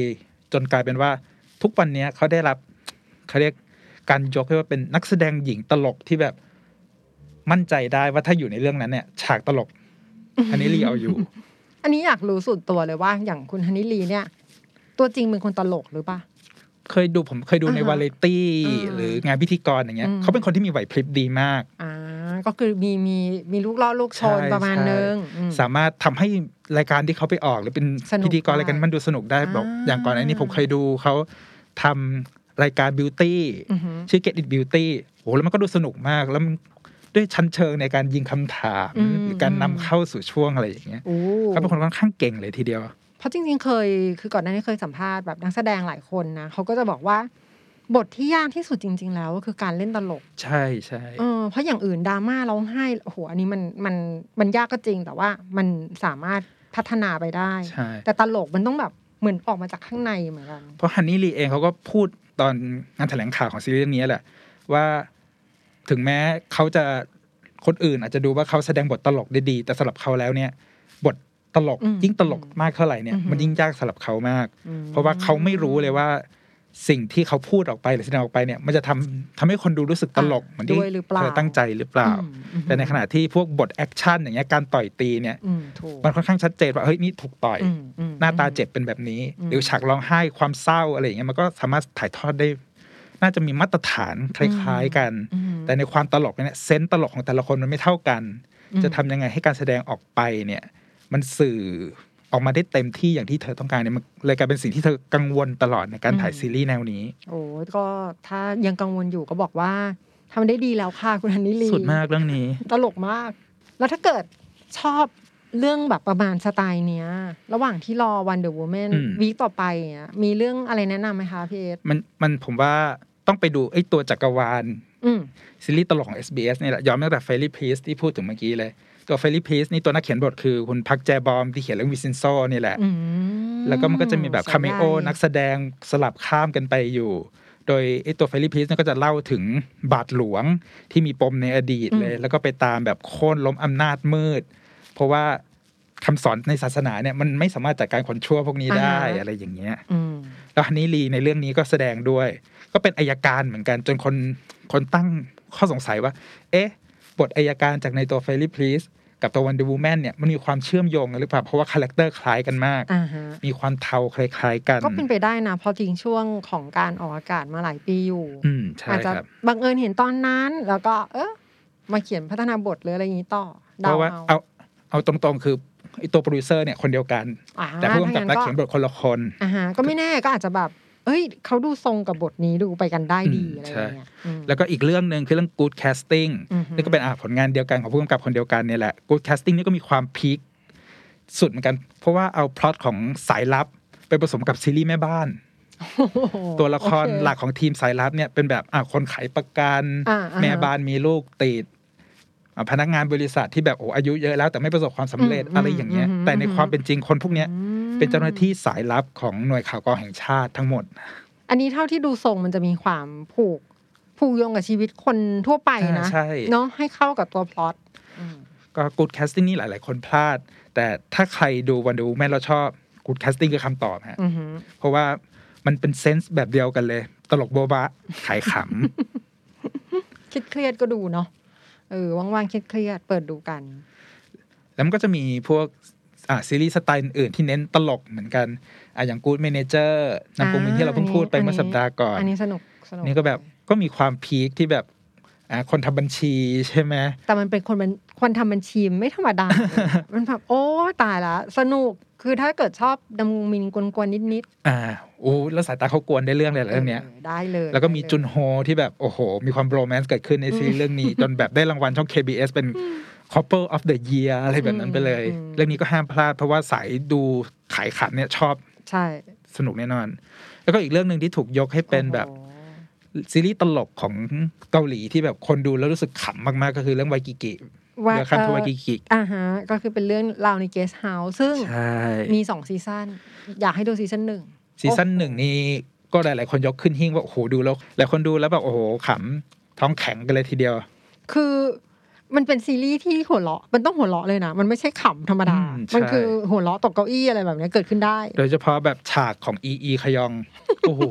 Speaker 2: จนกลายเป็นว่าทุกวันเนี้ยเขาได้รับเขาเรียกการยกให้ว่าเป็นนักแสดงหญิงตลกที่แบบมั่นใจได้ว่าถ้าอยู่ในเรื่องนั้นเนี่ยฉากตลกฮันนี่ลีเอาอยู่
Speaker 3: อันนี้อยากรู้ส่วนตัวเลยว่าอย่างคุณฮันนี่ลีเนี่ย ตัวจริงเป็นคนตลกหรือปะ
Speaker 2: เคยดูผมเคยดูใน
Speaker 3: อ่าฮะ
Speaker 2: วาเลตี้
Speaker 3: อ่า
Speaker 2: หรืองานพิธีกรอย่างเงี้ย
Speaker 3: อืม
Speaker 2: เขาเป็นคนที่มีไหวพริบดีมาก
Speaker 3: อ่า ก็คือมีมีมีลูกล่อลูกชน
Speaker 2: ใช่
Speaker 3: ประมาณ
Speaker 2: ใช่
Speaker 3: นึงอืม
Speaker 2: สามารถทำให้รายการที่เขาไปออก หรือเป็น
Speaker 3: สนุก
Speaker 2: พิธีกรอะไรายกัน
Speaker 3: ได้
Speaker 2: มันดูสนุกได้
Speaker 3: อ่า
Speaker 2: บอกอย่างก่อนอันนี้ผมเคยดูเขาทำรายการบิวตี้
Speaker 3: อือหือ
Speaker 2: ชื่อ Get It Beauty โหแล้วมันก็ดูสนุกมาก แล้วมันด้วยชั้นเชิงในการยิงคำถาม
Speaker 3: อืม
Speaker 2: หรือการนำเข้าสู่ช่วงอะไรอย่างเงี้ย
Speaker 3: โอ้
Speaker 2: เขาเป็นคนค่อนข้างเก่งเลยทีเดียว
Speaker 3: เพราะจริง ๆ เคยคือก่อนหน้านี้เคยสัมภาษณ์แบบนักแสดงหลายคนนะเขาก็จะบอกว่า บทที่ยากที่สุดจริง ๆ แล้วก็คือการเล่นตลก
Speaker 2: ใช่ใช่
Speaker 3: เออเพราะอย่างอื่นดราม่าร้องไห้โอ้โหอันนี้มันมันมันยากก็จริง แต่ว่ามันสามารถพัฒนาไปได้
Speaker 2: ใช่
Speaker 3: แต่ตลกมันต้องแบบเหมือนออกมาจากข้างในเหมือนกัน
Speaker 2: เพราะฮันนี่ลีเองเขาก็พูดตอนงานแถลงข่าวของซีรีส์เรื่องนี้แหละ ว่าถึงแม้เขาจะคนอื่นอาจจะดูว่าเขาแสดงบทตลกได้ดี แต่สำหรับเขาแล้วเนี่ย บทตลก
Speaker 3: อืม
Speaker 2: ยิ่งตลกมากเท่าไหร่เนี่ย
Speaker 3: อือหือ
Speaker 2: มันยิ่งยากสำหรับเขามาก
Speaker 3: อืม
Speaker 2: เพราะว่าเขาไม่รู้เลยว่าสิ่งที่เขาพูดออกไปหรือแสดงออกไปเนี่ย มันจะทำทำให้คนดูรู้สึกตลกเหมือนที่
Speaker 3: ด้วยหรือเปล่า
Speaker 2: ธตั้งใจหรือเปล่า
Speaker 3: อืมอืม
Speaker 2: แต่ในขณะที่พวกบทแอคชั่นอย่างเงี้ยการต่อยตีเนี่ย
Speaker 3: อืมถูก
Speaker 2: มันค่อนข้างชัดเจนว่าเฮ้ยนี่ถูกต่อย
Speaker 3: อืมอืม
Speaker 2: หน้าตาเจ็บเป็นแบบนี้
Speaker 3: อืม
Speaker 2: หรือฉากร้องไห้ความเศร้าอะไรอย่างเงี้ยมันก็สามารถถ่ายทอดได้ น่าจะมีมาตรฐานคล้าย ๆกัน
Speaker 3: อืม
Speaker 2: แต่ในความตลกเนี่ยเซนส์ตลกของแต่ละคนมันไม่เท่ากัน จะทำยังไงให้การแสดงออกไปเนี่ย มันสื่อออกมาได้เต็มที่อย่างที่เธอต้องการเนี่ยมันเลยกลายเป็นสิ่งที่เธอกังวลตลอดในการถ่ายซีรีส์แนวนี้
Speaker 3: โอ้ก็ถ้ายังกังวลอยู่ก็บอกว่าทำได้ดีแล้วค่ะคุณฮันนี่ลี
Speaker 2: สุดมากเรื่องนี้
Speaker 3: ตลกมาก แล้วถ้าเกิดชอบเรื่องแบบประมาณสไตล์เนี้ย ระหว่างที่รอ Wonder Woman
Speaker 2: อืม
Speaker 3: วีคต่อไปอย่างเงี้ยมีเรื่องอะไรแนะนำไหมคะพี่เอส
Speaker 2: มันมันผมว่าต้องไปดูไอ้ตัวจักรวาล
Speaker 3: อืม
Speaker 2: ซีรีส์ตลกของ SBS เนี่ยแหละย้อนมาตั้งแต่เฟลิพีสที่พูดถึงเมื่อกี้เลย ตัวเฟลิพีสนี่ตัวนักเขียนบทคือคุณพักแจบอมที่เขียนเรื่องวิซินโซนี่แหละ
Speaker 3: อืม
Speaker 2: แล้วก็มันก็จะมีแบบคาเมโอ
Speaker 3: ใส่ได้
Speaker 2: นักแสดงสลับข้ามกันไปอยู่ โดยไอ้ตัวเฟลิพีสเนี่ยก็จะเล่าถึงบาทหลวงที่มีปมในอดีตเลย แล้วก็ไปตามแบบโค่นล้มอำนาจมืด เพราะว่าคำสอนในศาสนาเนี่ยมันไม่สามารถจัดการคนชั่วพวกนี้ได้อะไรอย่างเงี้ย
Speaker 3: อืม
Speaker 2: แล้วฮันนี่ลีในเรื่องนี้ก็แสดงด้วย ก็เป็นอายการเหมือนกันจนคนคนตั้งข้อสงสัยว่า เอ๊ะ บทอายการจากในตัวเฟลิพลีสกับตัววันเดอร์วูแมนเนี่ยมันมีความเชื่อมโยงกันหรือเปล่า เพราะว่าคาแรคเตอร์คล้ายกันมาก
Speaker 3: อ่าฮะ
Speaker 2: มีความเทาคล้ายๆกัน
Speaker 3: ก็เป็นไปได้นะเพราะจริงช่วงของการออกอากาศมาหลายปีอยู่
Speaker 2: อืมใช่
Speaker 3: อาจจะ
Speaker 2: ครับ
Speaker 3: บังเอิญเห็นตอนนั้น แล้วก็ เออมาเขียนพัฒนาบทหรืออะไรอย่างนี้ต่อ
Speaker 2: เพ
Speaker 3: เดา
Speaker 2: ราะว่า
Speaker 3: เอา
Speaker 2: เอาเอาตรงๆคือไอตัวโปรดิวเซอร์เนี่ยคนเดียวกัน
Speaker 3: อ่า
Speaker 2: แต่ผู้กำกับ
Speaker 3: ถ้า
Speaker 2: และ
Speaker 3: งั้นก็
Speaker 2: เขียนบทคนละคน
Speaker 3: อ่าฮะก็ไม่แน่ก็อาจจะแบบ เอ้ยเขาดูทรงกับบทนี้ดูไปกันได้ดี
Speaker 2: อืม
Speaker 3: อะไรอย่างเงี้ยอืม
Speaker 2: แล้วก็อีกเรื่องหนึ่งคือเรื่อง good casting
Speaker 3: อือหือ
Speaker 2: นี่ก็เป็นอ่ะผลงานเดียวกันของผู้กำกับคนเดียวกันเนี่ยแหละ good casting นี่ก็มีความพีคสุดเหมือนกัน เพราะว่าเอาพล็อตของสายลับไปผสมกับซีรีส์แม่บ้าน
Speaker 3: โอ้โห
Speaker 2: ตัวละคร
Speaker 3: โอเห
Speaker 2: ลักของทีมสายลับเนี่ยเป็นแบบอ่ะคนขายประกัน
Speaker 3: อ่าอ่าฮะ
Speaker 2: แม่บ้านมีลูกติดอ่ะพนักงานบริษัทที่แบบโอ้อายุเยอะแล้วแต่ไม่ประสบความสำเร็จ
Speaker 3: อืม
Speaker 2: อะไรอย่างเงี้ย
Speaker 3: อืมอืม
Speaker 2: แต่ในความเป็นจริงคนพวกเนี้ย
Speaker 3: อืม
Speaker 2: เป็นเจ้าหน้าที่สายลับของหน่วยข่าวกรองแห่งชาติทั้งหมด
Speaker 3: อันนี้เท่าที่ดูทรงมันจะมีความผูก ผูกโยงกับชีวิตคนทั่วไปนะ
Speaker 2: อ่าใช่
Speaker 3: เนาะให้เข้ากับตัวพล็อตอืม
Speaker 2: ก็กูดแคสติ้งนี่หลาย ๆ คนพลาด แต่ถ้าใครดูวันดูแม่เราชอบกูดแคสติ้งคือคำตอบฮะ
Speaker 3: อือหือ
Speaker 2: เพราะว่ามันเป็นเซนส์แบบเดียวกันเลย ตลกโบบะขายข
Speaker 3: คิดเครียดๆก็ดูเนาะเออว่างๆเครียดๆเปิดดูกัน
Speaker 2: ำ แล้วมันก็จะมีพวกอ่าซีรีส์สไตล์อื่นๆที่เน้นตลกเหมือนกันอ่ะอย่างกูดเมเนเจอร์นำปรุงมินที่เราเพิ่งพูดไปเมื่อสัปดาห์ก่อน
Speaker 3: อันนี้สนุกสนุก
Speaker 2: นี่ก็แบบก็มีความพีคที่แบบอ่าคนทำบัญชีใช่ไหม
Speaker 3: แต่มันเป็นคนมันคนทำบัญชีไม่ธรรมดา มันแบบโอ้ตายละ สนุกคือถ้าเกิดชอบดำมินกวนๆนิด
Speaker 2: อ่าโอ้แล้วสายตาเขากวนได้เรื่องเลยเหร
Speaker 3: ๆ
Speaker 2: อเรื่องเนี้ย
Speaker 3: ได้เลย
Speaker 2: แล้วก็มี
Speaker 3: ได้เย
Speaker 2: จุนโฮที่แบบ โอ้โห มีความโรแมนต์เกิดขึ้นในซีรีส์เรื่องนี้ จนแบบได้รางวัลช่อง KBS เป็น Couple of the Year อะไรแบบนั้นไปเลย เรื่องนี้ก็ห้ามพลาด เพราะว่าสายดูขายขันเนี่ยชอบ
Speaker 3: ใช่
Speaker 2: สนุกแน่นอน แล้วก็อีกเรื่องหนึ่งที่ถูกยกให้เป็นแบบ
Speaker 3: โอ้โห
Speaker 2: ซีรีส์ตลกของเกาหลีที่แบบคนดูแล้วรู้สึกขำมากๆ ก็คือเรื่องไวกิกิ
Speaker 3: ว่า
Speaker 2: เรือข้ามทวา
Speaker 3: เอ่อ
Speaker 2: กิกิ
Speaker 3: อ่าฮะ ก็คือเป็นเรื่องราวในเกสเฮาส์ซึ่ง
Speaker 2: ใช่
Speaker 3: มีสองซีซั่นอยากให้ดูซีซั่นหนึ่ง
Speaker 2: ซีซั่น
Speaker 3: โอ้โ
Speaker 2: หนึ่งนี่ ก็หลาย ๆ คนยกขึ้นหิ้งว่าโอ้โหดูแล้วหลายคนดูแล้วแบบโอ้โหขำท้องแข็งกันเลยทีเดียว
Speaker 3: คือมันเป็นซีรีส์ที่หัวเราะมันต้องหัวเราะเลยนะ มันไม่ใช่ขำธรรมดา
Speaker 2: อืมใช่
Speaker 3: มันคือหัวเราะตกเก้าอี้อะไรแบบเนี้ยเกิดขึ้นได้
Speaker 2: โดยเฉพาะแบบฉากของอีอีขยอง โอ้โห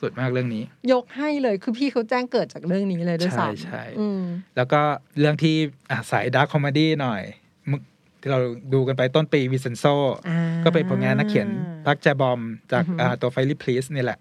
Speaker 2: สุดมากเรื่องนี้
Speaker 3: ยกให้เลยคือพี่เขาแจ้งเกิดจากเรื่องนี้เลยด้วยซ้ำ
Speaker 2: ใช่ใช่
Speaker 3: อืม
Speaker 2: แล้วก็เรื่องที่อ่ะสายดาร์คคอมเมดี้หน่อยมึที่เราดูกันไปต้นปีวิเซนโซ
Speaker 3: อ่า
Speaker 2: ก็เป็นผลงานนักเขียนพักแจบอมจาก
Speaker 3: อือหืออ่
Speaker 2: อ่าตัวไฟลิพลีสนี่แหละ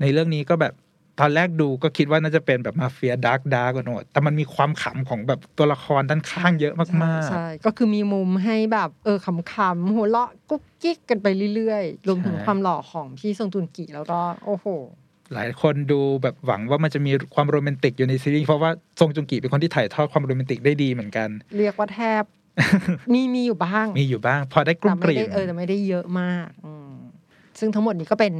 Speaker 2: ในเรื่องนี้ก็แบบตอนแรกดูก็คิดว่าน่าจะเป็นแบบมาเฟียดาร์กดาร์กโนดแต่มันมีความขำของแบบตัวละครด้านข้างเยอะมาก
Speaker 3: ใช่ใช่ก็คือมีมุมให้แบบเออขำๆหัวเราะกุ๊กกิ๊กกันไปเรื่อยๆ รวมถึง
Speaker 2: ใช่
Speaker 3: ความหล่อของพี่ซงจุนกีแล้วก็โอ้โห
Speaker 2: ๆ หลายคนดูแบบหวังว่ามันจะมีความโรแมนติกอยู่ในซีรีส์เพราะว่าซงจุงกีเป็นคนที่ถ่ายทอดความโรแมนติกได้ดีเหมือนกัน
Speaker 3: เรียกว่าแทบ มีมีอยู่บ้าง
Speaker 2: มีอยู่บ้าง พอได้กลุ่
Speaker 3: แต่
Speaker 2: มก
Speaker 3: ไม่
Speaker 2: ลิ่
Speaker 3: ได้
Speaker 2: น
Speaker 3: เออแต่ไม่ได้เยอะมากอืมซึ่งทั้งหมดนี้ก็เป็น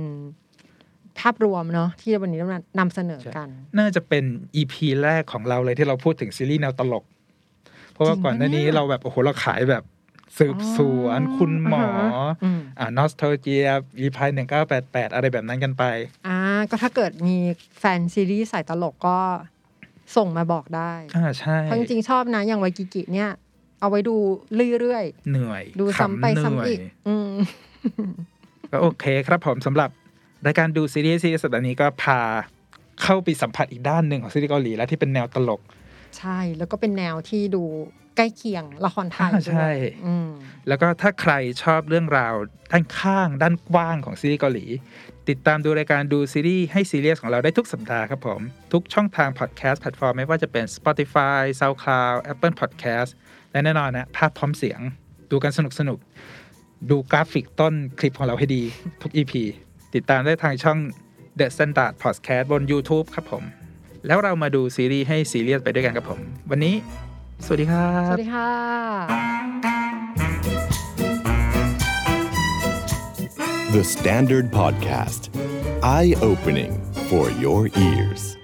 Speaker 3: ภาพรวมเนาะที่วันนี้นำเสนอกัน
Speaker 2: น่าจะเป็นอีพีแรกของเราเลยที่เราพูดถึงซีรีส์แนวตลก เพราะว่าก่อนหน้านี้
Speaker 3: จริงปะเนี่ย
Speaker 2: เราแบบโอ้โหเราขายแบบสืบสวนคุณหมออ
Speaker 3: อืม
Speaker 2: อ่านอสโทเจียรีพายหนึ่งเก้าแปดแปดอะไรแบบนั้นกันไป
Speaker 3: อ่าก็ถ้าเกิดมีแฟนซีรีส์สายตลกก็ส่งมาบอกได้
Speaker 2: อ่าใช่
Speaker 3: เพราะจริงๆชอบนะ อย่างไวกิกิเนี่ย เอาไว้ดูเรื่อยๆ
Speaker 2: เหนื่อย
Speaker 3: ดูซ้ำไป
Speaker 2: ขเหนื่
Speaker 3: ซ้ำอีก
Speaker 2: ย
Speaker 3: อืม
Speaker 2: ก็โอเคครับผมสำหรับรายการดูซีรีส์ซีรีส์สัปดาห์นี้ก็พาเข้าไปสัมผัสอีกด้านหนึ่งของซีรีส์เกาหลีแล้วที่เป็นแนวตลก
Speaker 3: ใช่ แล้วก็เป็นแนวที่ดูใกล้เคียงละครไทย
Speaker 2: อ่าใช่
Speaker 3: ด้วยอืม
Speaker 2: แล้วก็ถ้าใครชอบเรื่องราวด้านข้าง ด้านกว้างของซีรีส์เกาหลี ติดตามดูรายการดูซีรีส์ให้ซีเรียสของเราได้ทุกสัปดาห์ครับผม ทุกช่องทางพอดแคสต์แพลตฟอร์มไม่ว่าจะเป็น Spotify SoundCloud Apple Podcast และแน่นอนนะ ภาพพร้อมเสียง ดูกันสนุกสนุกๆดูกราฟิกต้นคลิปของเราให้ดี ทุก EP ติดตามได้ทางช่อง The Standard Podcast บน YouTube ครับผม แล้วเรามาดูซีรีส์ให้ซีเรียสไปด้วยกันครับผม วันนี้ สวัสดีครั
Speaker 3: ส
Speaker 2: บ
Speaker 3: วัสดีค่ะ
Speaker 1: The Standard Podcast. Eye opening for your ears.